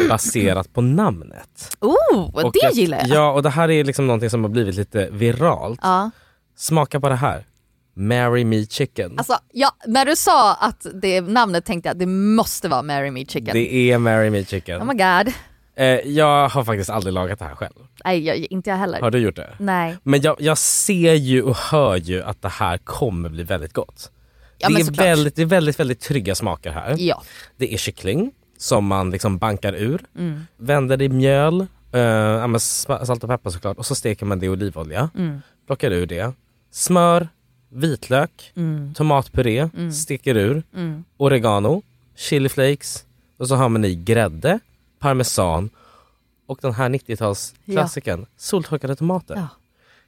C: baserat på namnet.
B: Oh,
C: Och
B: det gillar jag!
C: Ja, och det här är liksom någonting som har blivit lite viralt.
B: Ja.
C: Smaka på det här. Marry me chicken.
B: Alltså, ja, när du sa att det namnet tänkte jag att det måste vara Marry Me Chicken.
C: det är Marry me chicken.
B: Oh my god.
C: eh, jag har faktiskt aldrig lagat det här själv.
B: Nej, jag, inte jag heller.
C: Har du gjort det?
B: Nej.
C: Men jag, jag ser ju och hör ju att det här kommer bli väldigt gott.
B: Ja,
C: det,
B: men
C: är
B: såklart.
C: väldigt, det är väldigt, väldigt trygga smaker här.
B: Ja.
C: Det är kyckling som man liksom bankar ur, vänder i mjöl, eh, ja, men sma- salt och peppar såklart och så steker man det i olivolja, plockar ur det, smör, vitlök, tomatpuré, steker ur, oregano, chiliflakes och så har man i grädde, parmesan och den här 90-talsklassikern, soltorkade tomater.
B: Ja.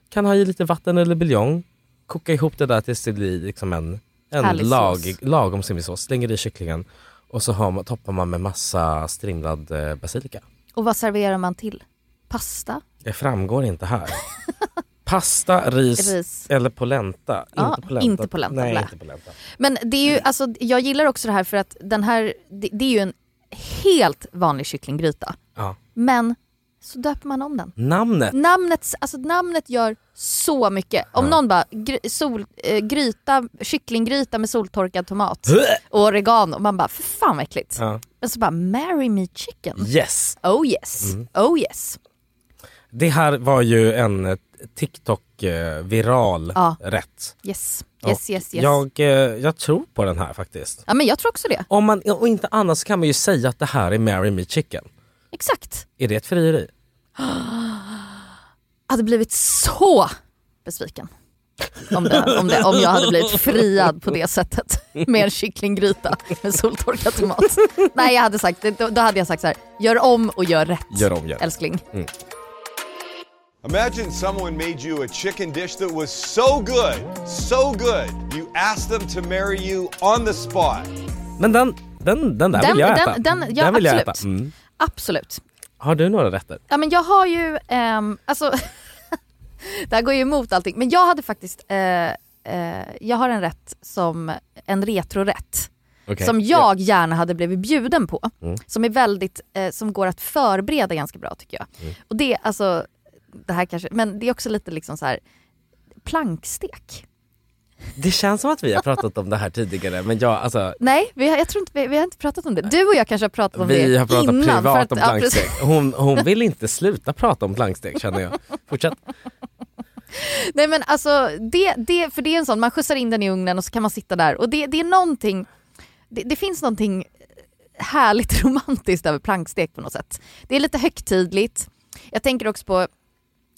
C: Kan ha i lite vatten eller buljong, koka ihop det där tills det blir liksom en, en
B: Härlig
C: lag,
B: sås.
C: lagom simmelsås, slänger i kycklingen och så har man, toppar man med massa strimlad eh, basilika.
B: Och vad serverar man till? Pasta?
C: Det framgår inte här.
B: *laughs*
C: Pasta, ris,
B: Ris?
C: eller polenta.
B: Ja,
C: inte polenta.
B: inte polenta,
C: Nej,
B: blä.
C: inte polenta.
B: Men det är ju, alltså, jag gillar också det här för att den här, det, det är ju en helt vanlig kycklinggryta.
C: Ja.
B: Men så döper man om den.
C: Namnet.
B: Namnet, alltså, namnet gör så mycket. Om någon bara, gry, sol, eh, gryta, kycklinggryta med soltorkad tomat och oregano, man bara, för fan vad äckligt.
C: Ja.
B: Men så bara, marry me chicken.
C: Yes!
B: Oh yes,
C: Mm.
B: oh yes.
C: Det här var ju en eh, TikTok-viral
B: Ja.
C: rätt.
B: Yes,
C: Och
B: yes, yes. yes.
C: Jag, eh, jag tror på den här faktiskt.
B: Ja men jag tror också det.
C: Om man, och inte annars så kan man ju säga att det här är Marry Me Chicken.
B: Exakt.
C: Är det ett frieri?
B: hade blivit så besviken. Om, det, om, det, om jag hade blivit friad på det
C: *laughs*
B: sättet med en kycklinggryta med soltorkad tomat. Nej jag hade sagt, då, då hade jag sagt så här: gör om och gör rätt
C: Gör om, gör rätt.
B: älskling.
G: Imagine someone made you a chicken dish that was so good, so good, you asked them to marry you on the spot.
C: Men den, den, den där
B: Den-
C: vill jag
B: den-
C: äta.
B: den- ja,
C: vill jag
B: absolut.
C: äta. Mm.
B: Absolut.
C: Har du några rätter?
B: Ja men jag har ju, ehm, alltså *laughs* det här går ju emot allting. Men jag hade faktiskt, eh, eh, jag har en rätt som, en retrorätt.
C: Okej. Mm.
B: som jag gärna hade blivit bjuden på. Som är väldigt, eh, som går att förbereda ganska bra tycker jag.
C: Mm.
B: Och det, alltså, det här kanske, men det är också lite liksom så här plankstek.
C: Det känns som att vi har pratat om det här tidigare men jag, alltså,
B: Nej, vi har, jag tror inte, vi, vi har inte pratat om det. Du och jag kanske har pratat om det
C: vi har pratat
B: innan.
C: privat om
B: ja, precis.
C: plankstek. Hon, hon vill inte sluta prata om plankstek känner jag. Fortsätt.
B: Nej men alltså, det, det, för det är en sån, man skjutsar in den i ugnen och så kan man sitta där och det, det är någonting, det, det finns någonting härligt *laughs* romantiskt över plankstek på något sätt. Det är lite högtidligt. Jag tänker också på,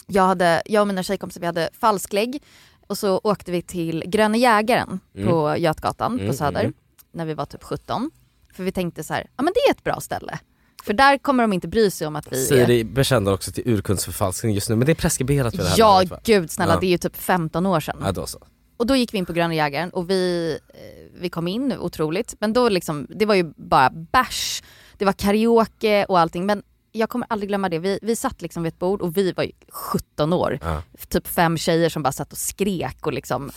B: jag, hade, jag och mina tjejkompisar vi hade falsklägg och så åkte vi till Gröna Jägaren
C: Mm.
B: på Götgatan på Söder när vi var typ 17. För vi tänkte så här, ja men det är ett bra ställe För där kommer de inte bry sig om att *laughs* vi är...
C: Siri bekänner också till urkundsförfalskning just nu men det är preskriberat vid det här
B: Ja
C: laget, va?
B: gud snälla,
C: Ja.
B: det är ju typ 15 år sedan.
C: Ja, då så.
B: Och då gick vi in på Gröna Jägaren och vi, eh, vi kom in, otroligt. Men då liksom, det var ju bara bärs, det var karaoke och allting. Men jag kommer aldrig glömma det. Vi, vi satt liksom vid ett bord och vi var ju 17 år.
C: Ja.
B: Typ fem tjejer som bara satt och skrek och liksom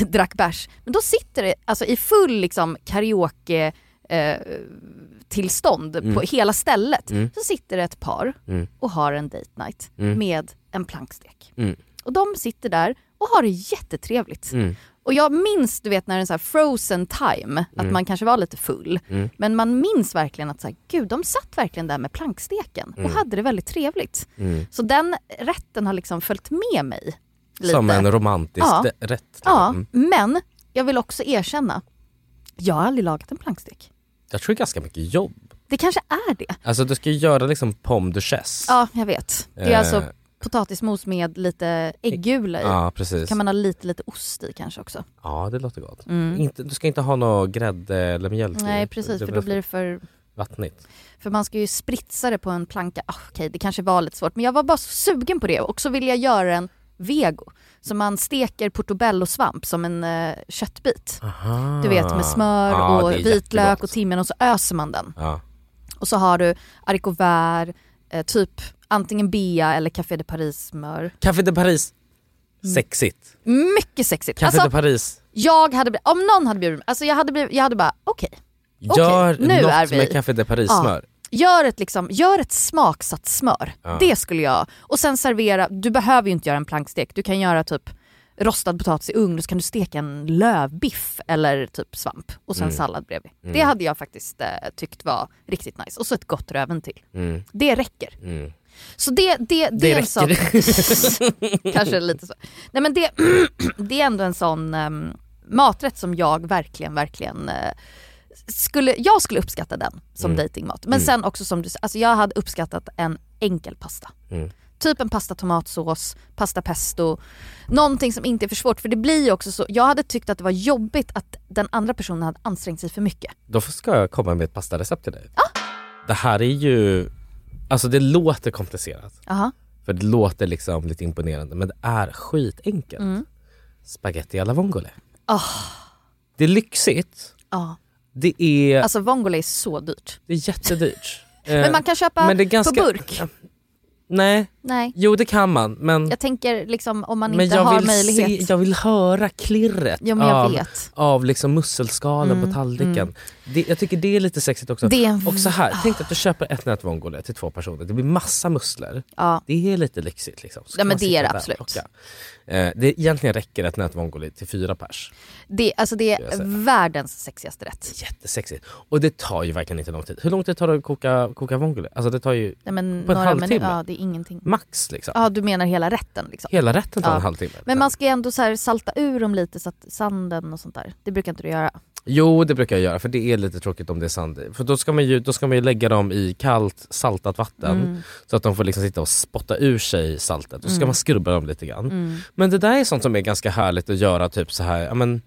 B: *laughs* drack bärs. Men då sitter det alltså i full liksom karaoke eh, tillstånd på hela stället. Så sitter det ett par
C: Mm.
B: och har en date night
C: Mm.
B: med en plankstek.
C: Mm.
B: Och de sitter där och har det jättetrevligt.
C: Mm.
B: Och jag minns du vet när det är en så här frozen time, att man kanske var lite full.
C: Mm.
B: Men man minns verkligen att så här, gud de satt verkligen där med planksteken och hade det väldigt trevligt.
C: Mm.
B: Så den rätten har liksom följt med mig. Lite.
C: Som en romantisk
B: Ja.
C: de- rätt.
B: Ja,
C: Mm.
B: men jag vill också erkänna, jag har aldrig lagat en plankstek.
C: Jag tror det är ganska mycket jobb.
B: Det kanske är det.
C: Alltså du ska ju göra liksom pomme de chaise.
B: Ja, jag vet. Det är
C: Eh.
B: alltså potatismos med lite äggula i.
C: Ja, precis.
B: Kan man ha lite, lite ost i kanske också?
C: Ja det låter gott.
B: Mm.
C: Inte, du ska inte ha någon grädde eller mjölk i.
B: Nej precis, för då blir det för
C: vattnigt.
B: För man ska ju spritsa det på en planka. Ah, Okej, det kanske var lite svårt men jag var bara så sugen på det och så vill jag göra en vego. Så man steker portobellosvamp som en eh, köttbit.
C: Aha.
B: Du vet med smör
C: Ja,
B: och
C: Ah, det är
B: vitlök
C: jättegott.
B: och timjan och så öser man den.
C: Ja.
B: Och så har du haricots verts, eh, typ antingen bea eller Café de Paris smör.
C: Café de Paris. Sexigt.
B: Mycket sexigt.
C: Café
B: Mm. Alltså
C: de Paris.
B: jag hade, bli- om någon hade bjudit mig, alltså jag hade, blivit, jag hade bara okej. okej,
C: Gör
B: nu
C: något
B: är vi-
C: med Café de Paris
B: Ja.
C: smör.
B: Gör ett, liksom, gör ett smaksatt smör.
C: Ja.
B: Det skulle jag. Och sen servera, du behöver ju inte göra en plankstek. Du kan göra typ rostad potatis i ugn och så kan du steka en lövbiff eller typ svamp och sen sallad bredvid. Det hade jag faktiskt eh, tyckt var riktigt nice. Och så ett gott röven till.
C: Mm.
B: Det räcker.
C: Mm.
B: Så det, det, det, är en sån, *laughs* kanske lite så. Nej men det, *clears throat* det är ändå en sån ehm, maträtt som jag verkligen, verkligen eh, skulle, jag skulle uppskatta den som
C: Mm.
B: datingmat. Men sen också som du sa, alltså jag hade uppskattat en enkel pasta.
C: Mm.
B: Typ en pasta tomatsås, pasta pesto, någonting som inte är för svårt. För det blir ju också så, jag hade tyckt att det var jobbigt att den andra personen hade ansträngt sig för mycket.
C: Då får- ska jag komma med ett pastarecept till dig.
B: Ah!
C: Det här är ju, alltså det låter komplicerat.
B: Aha.
C: För det låter liksom lite imponerande men det är skitenkelt.
B: Mm.
C: Spaghetti alla vongole.
B: Ah.
C: Det är lyxigt.
B: Ja.
C: Det är,
B: Alltså vongole är så dyrt.
C: det är jättedyrt.
B: *laughs* Men man kan köpa
C: Eh, men det är ganska-
B: på burk.
C: Nej,
B: Nej.
C: jo det kan man men,
B: Jag tänker liksom om man
C: men
B: inte
C: jag,
B: har
C: vill
B: möjlighet.
C: se, jag vill höra klirret
B: ja men jag
C: av,
B: vet.
C: av liksom musselskalen
B: Mm,
C: på tallriken.
B: mm.
C: Det, jag tycker det är lite sexigt också.
B: Det Ah. är en...
C: Och så här, tänk dig att du köper ett nät vongole till två personer, det blir massa musslor.
B: Ja.
C: Det är lite lyxigt liksom. Så
B: Ja,
C: kan
B: men
C: man
B: det
C: sitta
B: är det
C: där och
B: absolut.
C: plocka. Eh, det egentligen räcker ett nät vongole till fyra pers.
B: Det, alltså det
C: Skulle jag
B: är världens sexigaste rätt.
C: Jättesexigt. Och det tar ju verkligen inte lång tid. Hur lång tid tar det att koka, koka vongole? Alltså det tar ju
B: Nej, men
C: På en
B: några
C: halvtimme?
B: minu- Ja, det är ingenting.
C: max liksom.
B: Ja, du menar hela rätten liksom.
C: Hela rätten tar
B: Ja.
C: en halvtimme.
B: Men man ska ju ändå så här salta ur dem lite så att sanden och sånt där. Det brukar inte du göra.
C: Jo det brukar jag göra för det är lite tråkigt om det är sand i. För då ska man ju, då ska man ju lägga dem i kallt saltat vatten
B: Mm.
C: så att de får liksom sitta och spotta ur sig saltet och så ska man skrubba dem lite grann.
B: Mm.
C: Men det där är sånt som är ganska härligt att göra typ så här, ja men,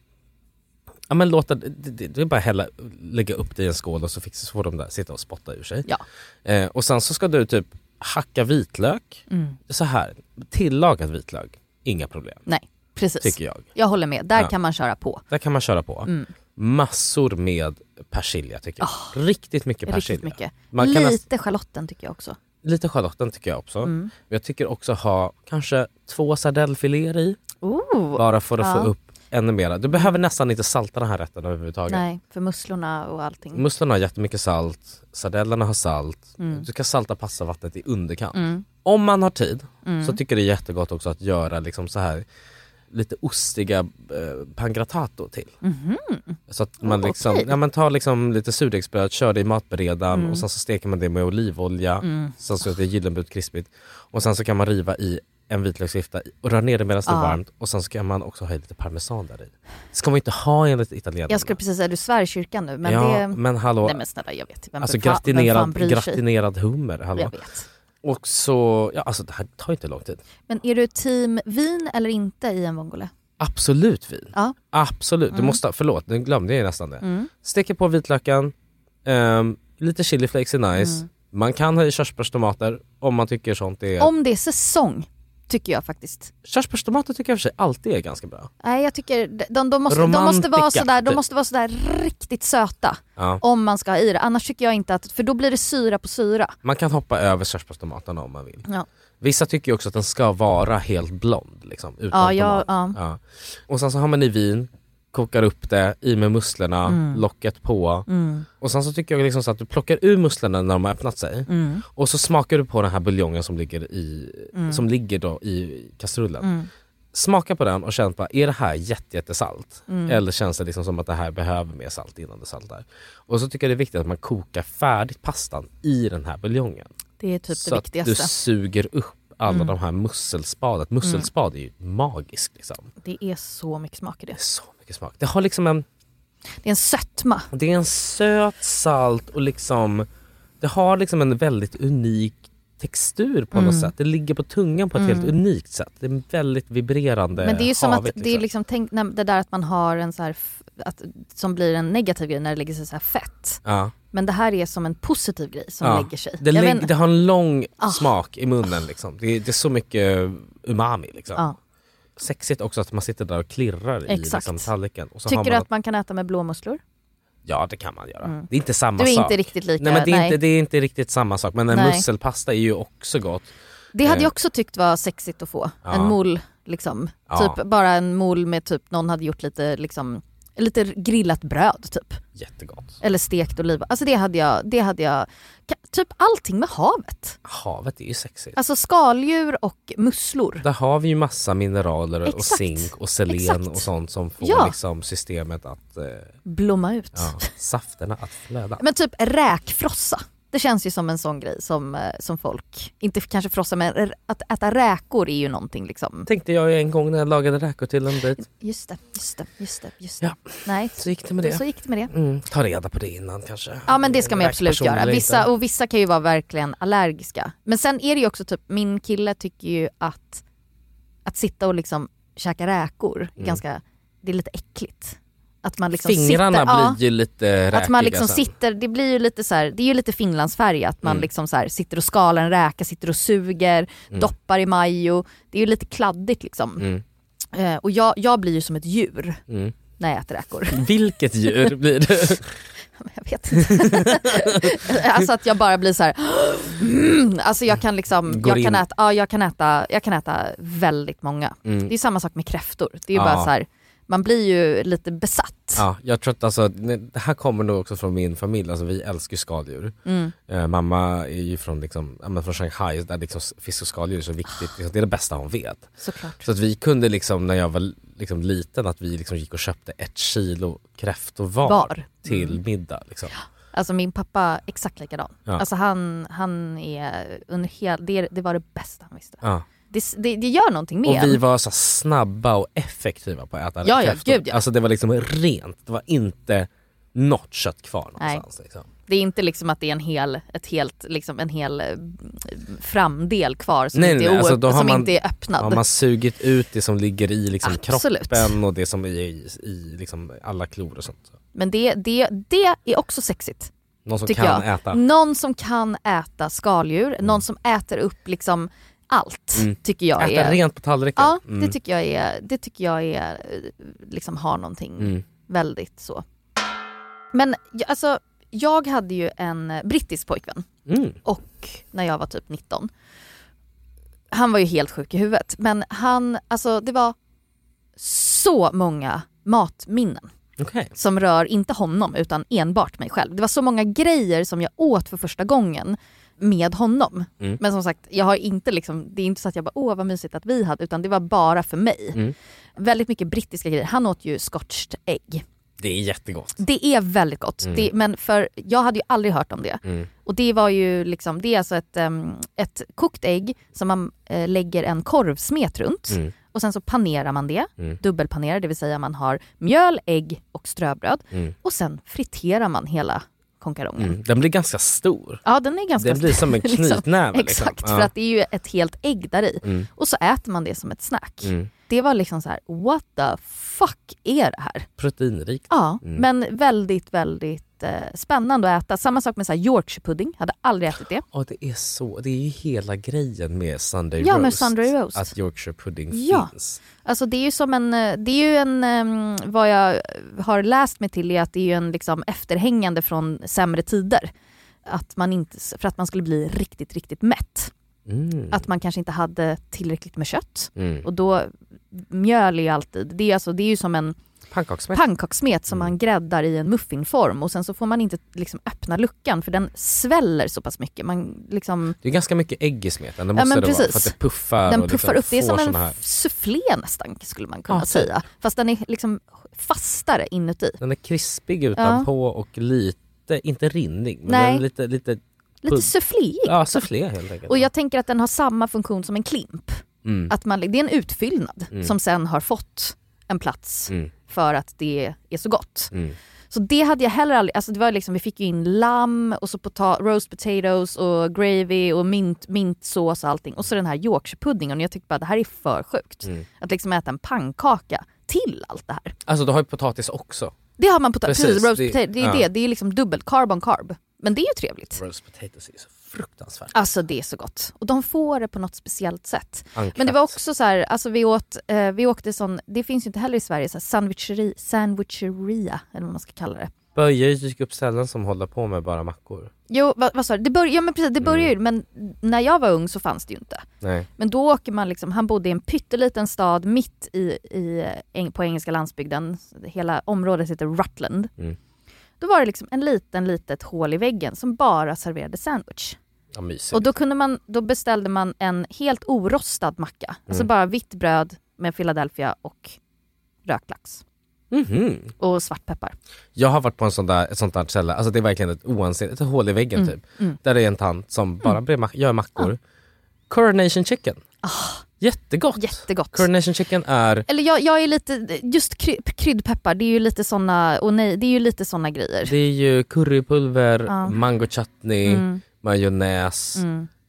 C: ja, men låta, det, det, det är bara hälla, lägga upp det i en skål och så, fixar, så får de där sitta och spotta ur sig.
B: Ja.
C: Eh, och sen så ska du typ hacka vitlök,
B: mm.
C: så här, tillagad vitlök, inga problem
B: Nej, precis.
C: tycker jag.
B: Jag håller med. Där
C: Ja.
B: kan man köra på.
C: Där kan man köra på.
B: Mm.
C: Massor med persilja tycker jag. Riktigt mycket persilja.
B: Ah. Riktigt mycket.
C: Man kan
B: lite
C: nästan-
B: schalotten tycker jag också.
C: lite schalotten tycker jag
B: Mm.
C: också. Men jag tycker också ha kanske två sardellfiléer i.
B: Oh.
C: Bara för att
B: Ja.
C: få upp ännu mera. Du behöver nästan inte salta den här rätten överhuvudtaget.
B: Nej, för musslorna och allting.
C: Musslorna har jättemycket salt, sardellerna har salt.
B: Mm.
C: Du kan salta passavattnet i underkant. Om man har tid
B: Mm.
C: så tycker jag det är jättegott också att göra liksom så här lite ostiga eh, pangratato till.
B: Mm.
C: Så att man
B: Oh,
C: liksom,
B: okej.
C: ja, man tar liksom lite surdegsbröd, kör det i matberedaren
B: Mm.
C: och sen så steker man det med olivolja
B: Mhm.
C: sen så att det är gyllenbrut krispigt. Och sen så kan man riva i en vitlöksskifta i- och röra ner det medan det är
B: Ja.
C: varmt och sen så kan man också ha i lite parmesan där i. Ska man inte ha enligt italienarna.
B: Jag skulle precis säga, du svär i kyrkan nu men
C: ja,
B: det...
C: men hallå,
B: Nej men snälla jag vet. Vem,
C: Alltså
B: fan- vem fan
C: gratinerad,
B: bryr sig?
C: gratinerad hummer. Hallå.
B: Jag vet.
C: Och så, ja alltså det här tar inte lång tid.
B: Men är du team vin eller inte i en vongole?
C: Absolut vin.
B: Ja. Mm.
C: Absolut. Du måste, förlåt
B: Mm.
C: nu glömde jag ju nästan det. Steker på vitlöken, ehm, lite chili flakes är nice, Man kan ha i körsbärstomater om man tycker sånt är...
B: Om det är säsong, tycker jag faktiskt.
C: Körsbärstomater tycker jag i och för sig alltid är ganska bra.
B: Nej jag tycker, de, de, måste, de, måste vara
C: Romantica,
B: sådär, de
C: typ.
B: måste vara sådär riktigt söta
C: Ja.
B: om man ska ha i det. Annars tycker jag inte att, för då blir det syra på syra.
C: Man kan hoppa över körsbärstomaterna om man vill.
B: Ja.
C: Vissa tycker ju också att den ska vara helt blond. Liksom, utan
B: Ja, jag-
C: tomat.
B: ja.
C: Ja. Och sen så har man i vin, kokar upp det, i med musslorna,
B: Mm.
C: locket på. Och sen så tycker jag liksom så att du plockar ur musslorna när de har öppnat sig
B: mm.
C: och så smakar du på den här buljongen som ligger i, som ligger då i kastrullen. Smaka på den och känn bara, är det här jätte, jättesalt? Eller känns det liksom som att det här behöver mer salt innan det saltar? Och så tycker jag det är viktigt att man kokar färdigt pastan i den här buljongen
B: Det är typ
C: så
B: det
C: att
B: viktigaste.
C: du suger upp alla de här musselspadet. Musselspad är ju magiskt liksom.
B: Det är så mycket smak i det.
C: Det är så mycket smak. Det har liksom en,
B: Det är en sötma.
C: det är en söt, salt och liksom, det har liksom en väldigt unik textur på
B: Mm.
C: något sätt. Det ligger på tungan på ett helt unikt sätt. Det är en väldigt vibrerande
B: Men det är ju som att,
C: havigt,
B: det är liksom, tänk, när, det där att man har en så här, f- att, som blir en negativ grej när det lägger sig så här fett.
C: Ja,
B: Men det här är som en positiv grej som
C: ja.
B: lägger sig.
C: Det,
B: Jag
C: lägg-
B: vet inte.
C: det har en lång
B: Ah.
C: smak i munnen liksom. Det, är- det är så mycket umami liksom.
B: Ja.
C: Sexigt också att man sitter där och klirrar i
B: Ah. Exakt.
C: liksom, tallriken. Och så har
B: Tycker
C: man
B: du
C: att-
B: att man kan äta med blåmusslor?
C: Ja det kan man göra. Det är inte samma
B: Du är
C: sak.
B: inte riktigt lika,
C: Nej men det är,
B: nej.
C: Inte, det är inte riktigt samma sak. Men en
B: Nej.
C: musselpasta är ju också gott.
B: Det hade
C: Eh.
B: jag också tyckt var sexigt att få.
C: Ja.
B: En mol, liksom.
C: Ja.
B: Typ bara en mol med typ, någon hade gjort lite, liksom, lite grillat bröd typ.
C: Jättegott.
B: Eller stekt oliv. Alltså det hade jag, det hade jag, ka- typ allting med havet.
C: Havet är ju sexigt.
B: Alltså skaldjur och musslor.
C: Där har vi ju massa mineraler och
B: Exakt.
C: zink och selen
B: Exakt.
C: och sånt som får
B: Ja.
C: liksom systemet att, eh,
B: Blomma ut.
C: ja, safterna att flöda.
B: Men typ räkfrossa. Det känns ju som en sån grej som, eh, som folk, inte kanske frossa men r- att äta räkor är ju någonting liksom.
C: Tänkte jag ju en gång när jag lagade räkor till en dejt.
B: Just det, just det, just det. Just det.
C: Ja.
B: Nej,
C: Så gick det med det.
B: så gick det med det.
C: Mm, ta reda på det innan kanske.
B: Ja men det ska man ju absolut
C: Räkperson
B: göra.
C: eller
B: Vissa,
C: inte.
B: och vissa kan ju vara verkligen allergiska. Men sen är det ju också typ, min kille tycker ju att, att sitta och liksom käka räkor,
C: Mm.
B: är ganska, det är lite äckligt. Att man liksom
C: Fingrarna
B: sitter, ja,
C: blir ju lite räkiga
B: Att man liksom
C: sen.
B: sitter, det blir ju lite så här, det är ju lite Finlandsfärja att
C: Mm.
B: man liksom så här, sitter och skalar en räka, sitter och suger, doppar i majo. Det är ju lite kladdigt liksom. Eh, och jag, jag blir ju som ett djur
C: Mm.
B: när jag äter räkor. *laughs*
C: Vilket djur blir det?
B: Jag vet inte. *laughs* alltså att jag bara blir så här. *gasps* Mm, alltså jag kan liksom,
C: Går
B: jag kan,
C: in.
B: äta, ja, jag, kan äta, jag kan äta väldigt många.
C: Mm.
B: Det är samma sak med kräftor. Det är ju
C: Ja.
B: bara så här, man blir ju lite besatt.
C: Ja, jag tror att alltså, det här kommer nog också från min familj, alltså vi älskar ju skaldjur.
B: Mm,
C: Eh, mamma är ju från, liksom, ja, men från Shanghai, där liksom fisk och skaldjur är så viktigt, liksom, det är det bästa hon vet.
B: Såklart.
C: Så att vi kunde liksom, när jag var liksom, liten, att vi liksom gick och köpte ett kilo kräftor var,
B: Var. Mm.
C: till middag. Liksom.
B: Alltså min pappa, exakt likadan.
C: Ja.
B: Alltså han, han är under hel, det, det var det bästa han visste.
C: Ja.
B: Det, det, det gör någonting med
C: Och vi
B: en.
C: var så snabba och effektiva på att äta
B: Ja, ja,
C: kräftor.
B: gud, ja.
C: Alltså det var liksom rent, det var inte något kött kvar
B: Nej.
C: någonstans. Liksom.
B: Det är inte liksom att det är en hel, ett helt, liksom en hel eh, framdel kvar som,
C: Nej,
B: inte, är
C: nej, alltså,
B: oöpp-
C: då har
B: som
C: man-
B: inte är öppnad.
C: Har man sugit ut det som ligger i liksom
B: Absolut.
C: kroppen och det som är i, i liksom alla klor och sånt?
B: Men det, det, det är också sexigt
C: Någon som
B: tycker
C: kan
B: jag. Mm,
C: äta?
B: Någon som kan äta skaldjur,
C: Mm.
B: någon som äter upp liksom allt tycker jag
C: Äta
B: är...
C: Mm. rent på tallriken?
B: Ja,
C: Mm.
B: det tycker jag är, det tycker jag är, eh, liksom har någonting
C: Mm.
B: väldigt så. Men jag- alltså, jag hade ju en eh, brittisk pojkvän
C: Mm.
B: och när jag var typ 19. Han var ju helt sjuk i huvudet men han, alltså det var så många matminnen
C: Okej.
B: som rör inte honom utan enbart mig själv. Det var så många grejer som jag åt för första gången med honom.
C: Mm.
B: Men som sagt, jag har inte liksom, det är inte så att jag bara åh vad mysigt att vi hade utan det var bara för mig.
C: Mm.
B: Väldigt mycket brittiska grejer. Han åt ju scotched ägg.
C: Det är jättegott.
B: Det är väldigt gott.
C: Mm.
B: Det, men för jag hade ju aldrig hört om det.
C: Mm.
B: Och det var ju liksom, det är alltså ett, em, ett kokt ägg som man eh, lägger en korvsmet runt.
C: Mm.
B: Och sen så panerar man det,
C: Mm.
B: dubbelpanerar, det vill säga man har mjöl, ägg och ströbröd.
C: Mm.
B: Och sen friterar man hela konkarongen.
C: Mm. Den blir ganska stor.
B: Ja den är ganska *laughs*
C: Den blir som en
B: liksom.
C: knytnäve. liksom.
B: Exakt,
C: Ja.
B: för att det är ju ett helt ägg där i.
C: Mm.
B: Och så äter man det som ett snack.
C: Mm.
B: Det var liksom så här: what the fuck är det här?
C: Proteinrikt.
B: Ja,
C: Mm.
B: men väldigt, väldigt jättespännande att äta. Samma sak med så här Yorkshire pudding, hade aldrig ätit det.
C: Ja, det är så. Det är ju hela grejen med Sunday
B: Ja,
C: roast.
B: med Sunday roast.
C: Att Yorkshire pudding
B: Ja.
C: finns.
B: Alltså det är ju som en, eh, det är ju en, ehm, vad jag har läst mig till är att det är ju en liksom efterhängande från sämre tider. Att man inte, för att man skulle bli riktigt, riktigt mätt.
C: Mm.
B: Att man kanske inte hade tillräckligt med kött.
C: Mm.
B: Och då, mjöl är ju alltid, det är, alltså, det är ju som en
C: Pannkakssmält.
B: pannkakssmet som
C: Mm.
B: man gräddar i en muffinform och sen så får man inte liksom öppna luckan för den sväller så pass mycket. Man liksom,
C: Det är ganska mycket ägg i smeten, det
B: Ja,
C: måste
B: men
C: det vara. För
B: precis.
C: att det puffar
B: den
C: och liksom
B: puffar upp, det är
C: får
B: som en
C: såna här.
B: soufflé nästan skulle man kunna
C: Ja, typ.
B: säga. Fast den är liksom fastare inuti.
C: Den är krispig utanpå och lite, inte rinnig, men
B: Nej.
C: den är lite, lite
B: Lite
C: Pud-
B: souffléig.
C: ja, soufflé helt enkelt.
B: Och jag tänker att den har samma funktion som en klimp.
C: mm.
B: Att man, det är en utfyllnad som sen har fått en plats
C: Mm.
B: för att det är så gott.
C: Mm.
B: Så det hade jag heller aldrig, alltså det var liksom, vi fick ju in lamm och så pota- roast potatoes och gravy och mint, mintsås och allting. Och så den här Yorkshirepuddingen och jag tyckte bara det här är för sjukt.
C: Mm.
B: Att liksom äta en pannkaka till allt det här.
C: Alltså du har ju potatis också.
B: Det har man på
C: Precis,
B: precis, precis roast
C: det-
B: potato, det är
C: ja.
B: det, det är liksom dubbelt carb on carb. Men det är ju trevligt.
C: Roast potatoes är så fruktansvärt.
B: Alltså det är så gott. Och de får det på något speciellt sätt.
C: Ankat.
B: Men det var också så här, alltså vi, åt, eh, vi åkte sån, det finns ju inte heller i Sverige, så här sandwicheri, sandwicheria eller vad man ska kalla det.
C: Böjer gick upp ställen som håller på med bara mackor.
B: Jo, vad, vad sa du? Det började, ja men precis, det började ju,
C: Mm.
B: men när jag var ung så fanns det ju inte.
C: Nej.
B: Men då åker man liksom, han bodde i en pytteliten stad mitt i, i, eng- på engelska landsbygden, hela området heter Rutland.
C: Mm.
B: Då var det liksom en liten, litet hål i väggen som bara serverade sandwich.
C: Ja, mysigt.
B: Och då, kunde man, då beställde man en helt orostad macka. Alltså bara vitt bröd med Philadelphia och rökt lax.
C: Mhm.
B: Och svartpeppar.
C: Jag har varit på en sån där, ett sånt där ställe, alltså det är verkligen ett oansenligt, ett hål i väggen
B: Mm.
C: typ. Där det är en tant som bara brer mack- gör
B: Ah.
C: mackor. Coronation chicken. Jättegott.
B: Jättegott.
C: Coronation chicken är
B: Eller jag, jag är lite, just kry, kryddpeppar, det är ju lite såna, och nej, det är ju lite såna grejer.
C: Det är ju currypulver,
B: Ja.
C: mango chutney,
B: Mm.
C: majonnäs,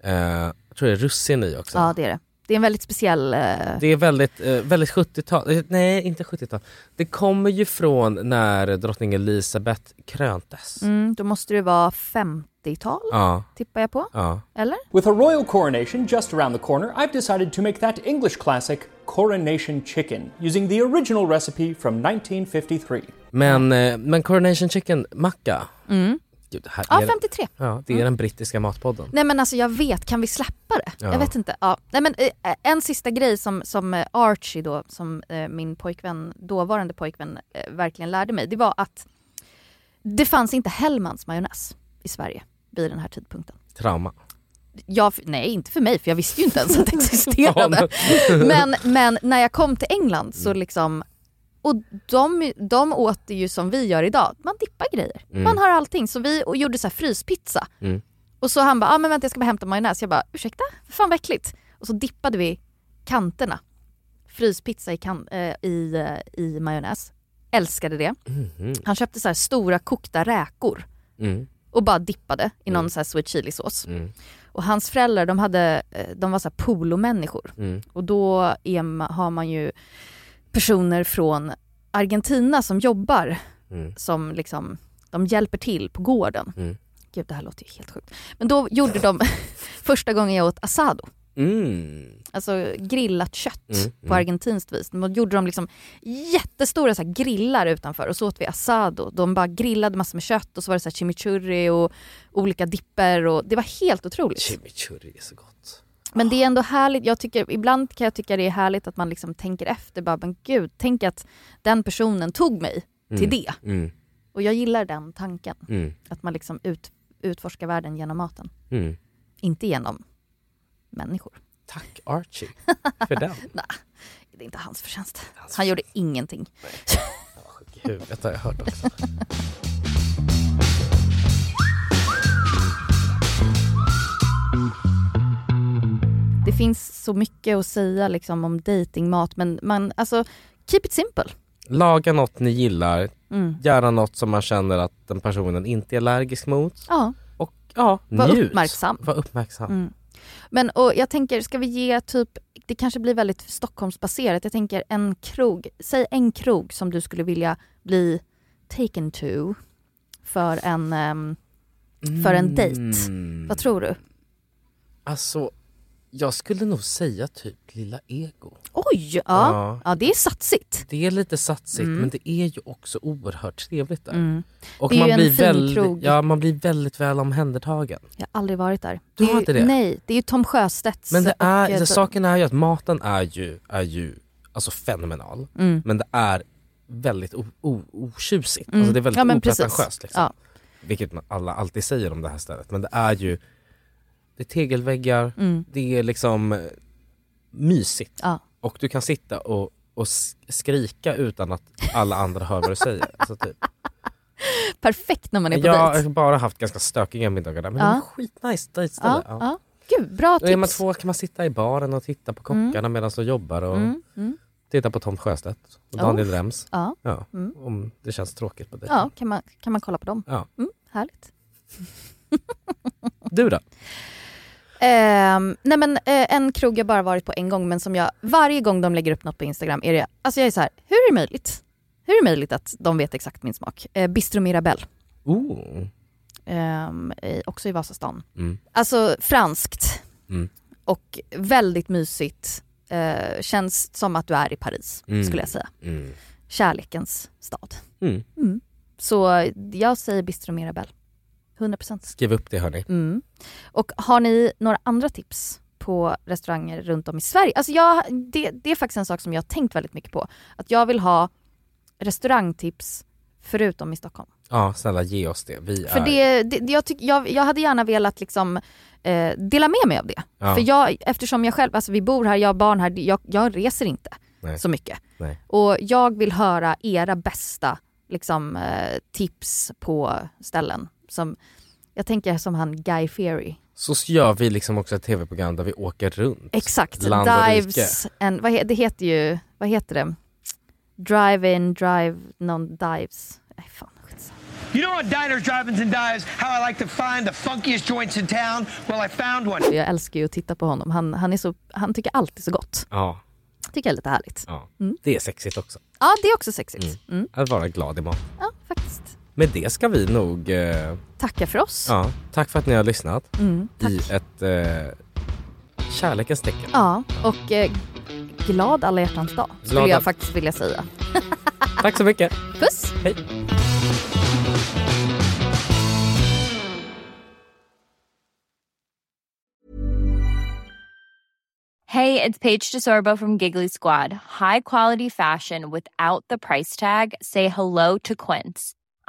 C: eh, jag tror det är russin i också.
B: Ja det är det. Det är en väldigt speciell... eh,
C: Det är väldigt, eh, väldigt 70-tal, eh, nej inte 70-tal. Det kommer ju från när drottning Elizabeth kröntes.
B: mm, då måste det vara 50-tal,
C: Ja,
B: tippar jag på.
C: ja.
B: Eller?
H: With a royal coronation just around the corner, I've decided to make that English classic Coronation Chicken using the original recipe from 1953.
C: Men, eh, men coronation chicken macka. Gud, det här
B: Mm. Ja, Mm.
C: är,
B: 53.
C: ja, det är den brittiska matpodden.
B: Nej men alltså jag vet, kan vi släppa det?
C: Ja.
B: Jag vet inte. Ja. Nej, men, eh, en sista grej som, som eh, Archie då, som eh, min pojkvän, dåvarande pojkvän eh, verkligen lärde mig, det var att det fanns inte Hellmans majonnäs i Sverige vid den här tidpunkten.
C: Trauma.
B: Jag, nej, inte för mig för jag visste ju inte ens att *laughs*
C: *laughs*
B: det existerade. men, men när jag kom till England
C: Mm.
B: så liksom, och de, de åt det ju som vi gör idag, man dippar grejer. Man har allting. Så vi och gjorde så här fryspizza.
C: Mm.
B: Och så han bara, ah, men vänta jag ska bara hämta majonnäs. Jag bara, ursäkta? För fan vad äckligt. Och så dippade vi kanterna, fryspizza i, kan, eh, i, eh, i majonnäs. Älskade det. Han köpte så här stora kokta räkor
C: Mm.
B: och bara dippade i någon så här sweet chili-sås.
C: Mm.
B: Och hans föräldrar de, hade, eh, de var så här polomänniskor
C: Mm.
B: och då är, ma- har man ju personer från Argentina som jobbar
C: Mm.
B: som liksom, de hjälper till på gården.
C: Mm.
B: Gud det här låter ju helt sjukt. Men då gjorde de, *laughs* första gången jag åt asado,
C: Mm.
B: alltså grillat kött
C: Mm,
B: på argentinskt vis. Då gjorde de liksom jättestora så här grillar utanför och så åt vi asado. De bara grillade massor med kött och så var det så här chimichurri och olika dipper och det var helt otroligt.
C: Chimichurri är så gott.
B: Men
C: Ah.
B: det är ändå härligt, jag tycker, ibland kan jag tycka det är härligt att man liksom tänker efter bara, men gud, tänk att den personen tog mig till det.
C: Mm.
B: Och jag gillar den tanken,
C: Mm.
B: att man liksom ut, utforskar världen genom maten,
C: Mm.
B: inte genom människor.
C: Tack Archie
B: *laughs*
C: för den.
B: Det är inte hans förtjänst.
C: Hans
B: Han gjorde ingenting.
C: Sjuk i huvudet har jag hört också.
B: Det finns så mycket att säga liksom om datingmat men man, alltså, keep it simple.
C: Laga något ni gillar,
B: Mm.
C: göra något som man känner att den personen inte är allergisk mot
B: Ja.
C: och ja,
B: Var
C: njut.
B: uppmärksam.
C: Var uppmärksam.
B: Mm. Men och jag tänker, ska vi ge typ, det kanske blir väldigt Stockholmsbaserat, jag tänker en krog, säg en krog som du skulle vilja bli taken to för en, ehm, för en dejt?
C: Mm.
B: Vad tror du?
C: Alltså, jag skulle nog säga typ lilla ego.
B: Oj! Ja,
C: Ja.
B: ja. det är satsigt.
C: Det är lite satsigt men det är ju också oerhört trevligt där. Och
B: Mm. Det är ju en fin
C: väldigt,
B: krog.
C: Ja, man blir väldigt väl omhändertagen.
B: Jag har aldrig varit där.
C: Du
B: är
C: har
B: ju,
C: inte det?
B: Nej, det är ju Tom Sjöstedts.
C: Men det är,
B: och, eh,
C: det, saken är ju att maten är ju, är ju alltså fenomenal,
B: Mm.
C: men det är väldigt o- o- otjusigt. Alltså det är väldigt
B: Mm. Ja, men precis.
C: opretentiöst. Liksom.
B: Ja.
C: Vilket man alla alltid säger om det här stället. Men det är ju det är tegelväggar,
B: Mm.
C: det är liksom eh, mysigt.
B: Ja.
C: Och du kan sitta och, och s- skrika utan att alla andra hör vad du säger.
B: *laughs*
C: Alltså typ.
B: Perfekt när man är på
C: Jag har
B: dejt.
C: bara haft ganska stökiga middagar där men det var skitnice dejtställe.
B: Ja,
C: Ja.
B: ja. Gud, bra
C: Då är man
B: tips. Mm.
C: två kan man sitta i baren och titta på kockarna medan de jobbar och titta på Tom Sjöstedt och Daniel Rems.
B: Ja. Mm.
C: Ja, Om det känns tråkigt på dig.
B: Ja, kan man, kan man kolla på dem.
C: Ja.
B: Mm, härligt.
C: Du då?
B: Ehm, nej men eh, en krog jag bara varit på en gång men som jag, varje gång de lägger upp något på Instagram är det, alltså jag är så här, hur är det möjligt? Hur är det möjligt att de vet exakt min smak? Eh, Bistro Mirabelle,
C: Oh.
B: ehm, i, också i Vasastan.
C: Mm.
B: Alltså franskt
C: Mm.
B: och väldigt mysigt. Eh, känns som att du är i Paris
C: Mm.
B: skulle jag säga.
C: Mm.
B: Kärlekens stad.
C: Mm.
B: Så jag säger Bistro Mirabelle. 100%.
C: Skriv upp det hörni.
B: Mm. Och har ni några andra tips på restauranger runt om i Sverige? Alltså jag, det, det är faktiskt en sak som jag har tänkt väldigt mycket på. Att jag vill ha restaurangtips förutom i Stockholm.
C: Ja snälla ge oss det. Vi
B: För
C: är...
B: det, det, jag, tyck, jag, jag hade gärna velat liksom, eh, dela med mig av det.
C: Ja.
B: För jag, eftersom jag själv, alltså vi bor här, jag har barn här, jag, jag reser inte
C: Nej.
B: så mycket.
C: Nej.
B: Och jag vill höra era bästa liksom, eh, tips på ställen. Som, jag tänker som han Guy Fieri
C: Så gör vi liksom också ett tv-program där vi åker runt.
B: Exakt,
C: Land och
B: dives, and, vad he, det heter ju, vad heter det? Drive-in, drive, non dives. Nej fan, skitsamma.
D: You know on diners, drive-ins, and dives how I like to find the funkiest joints in town? Well, I found one.
B: jag älskar ju att titta på honom. Han, han, är så, han tycker alltid så gott.
C: Ja,
B: Tycker jag är lite härligt.
C: ja. Det är sexigt också.
B: Ja, det är också sexigt. Mm.
C: Att vara glad i mat.
B: Ja, faktiskt.
C: Med det ska vi nog... Eh,
B: Tacka för oss. Ja.
C: ja, tack för att ni har lyssnat. I ett eh, kärlekens tecken.
B: och eh, glad alla hjärtans dag skulle
C: Glada-
B: jag faktiskt vilja säga.
C: Tack så mycket.
B: Puss!
C: Hej.
I: Hey, it's Paige DeSorbo from Giggly Squad. High quality fashion without the price tag. Say hello to Quince.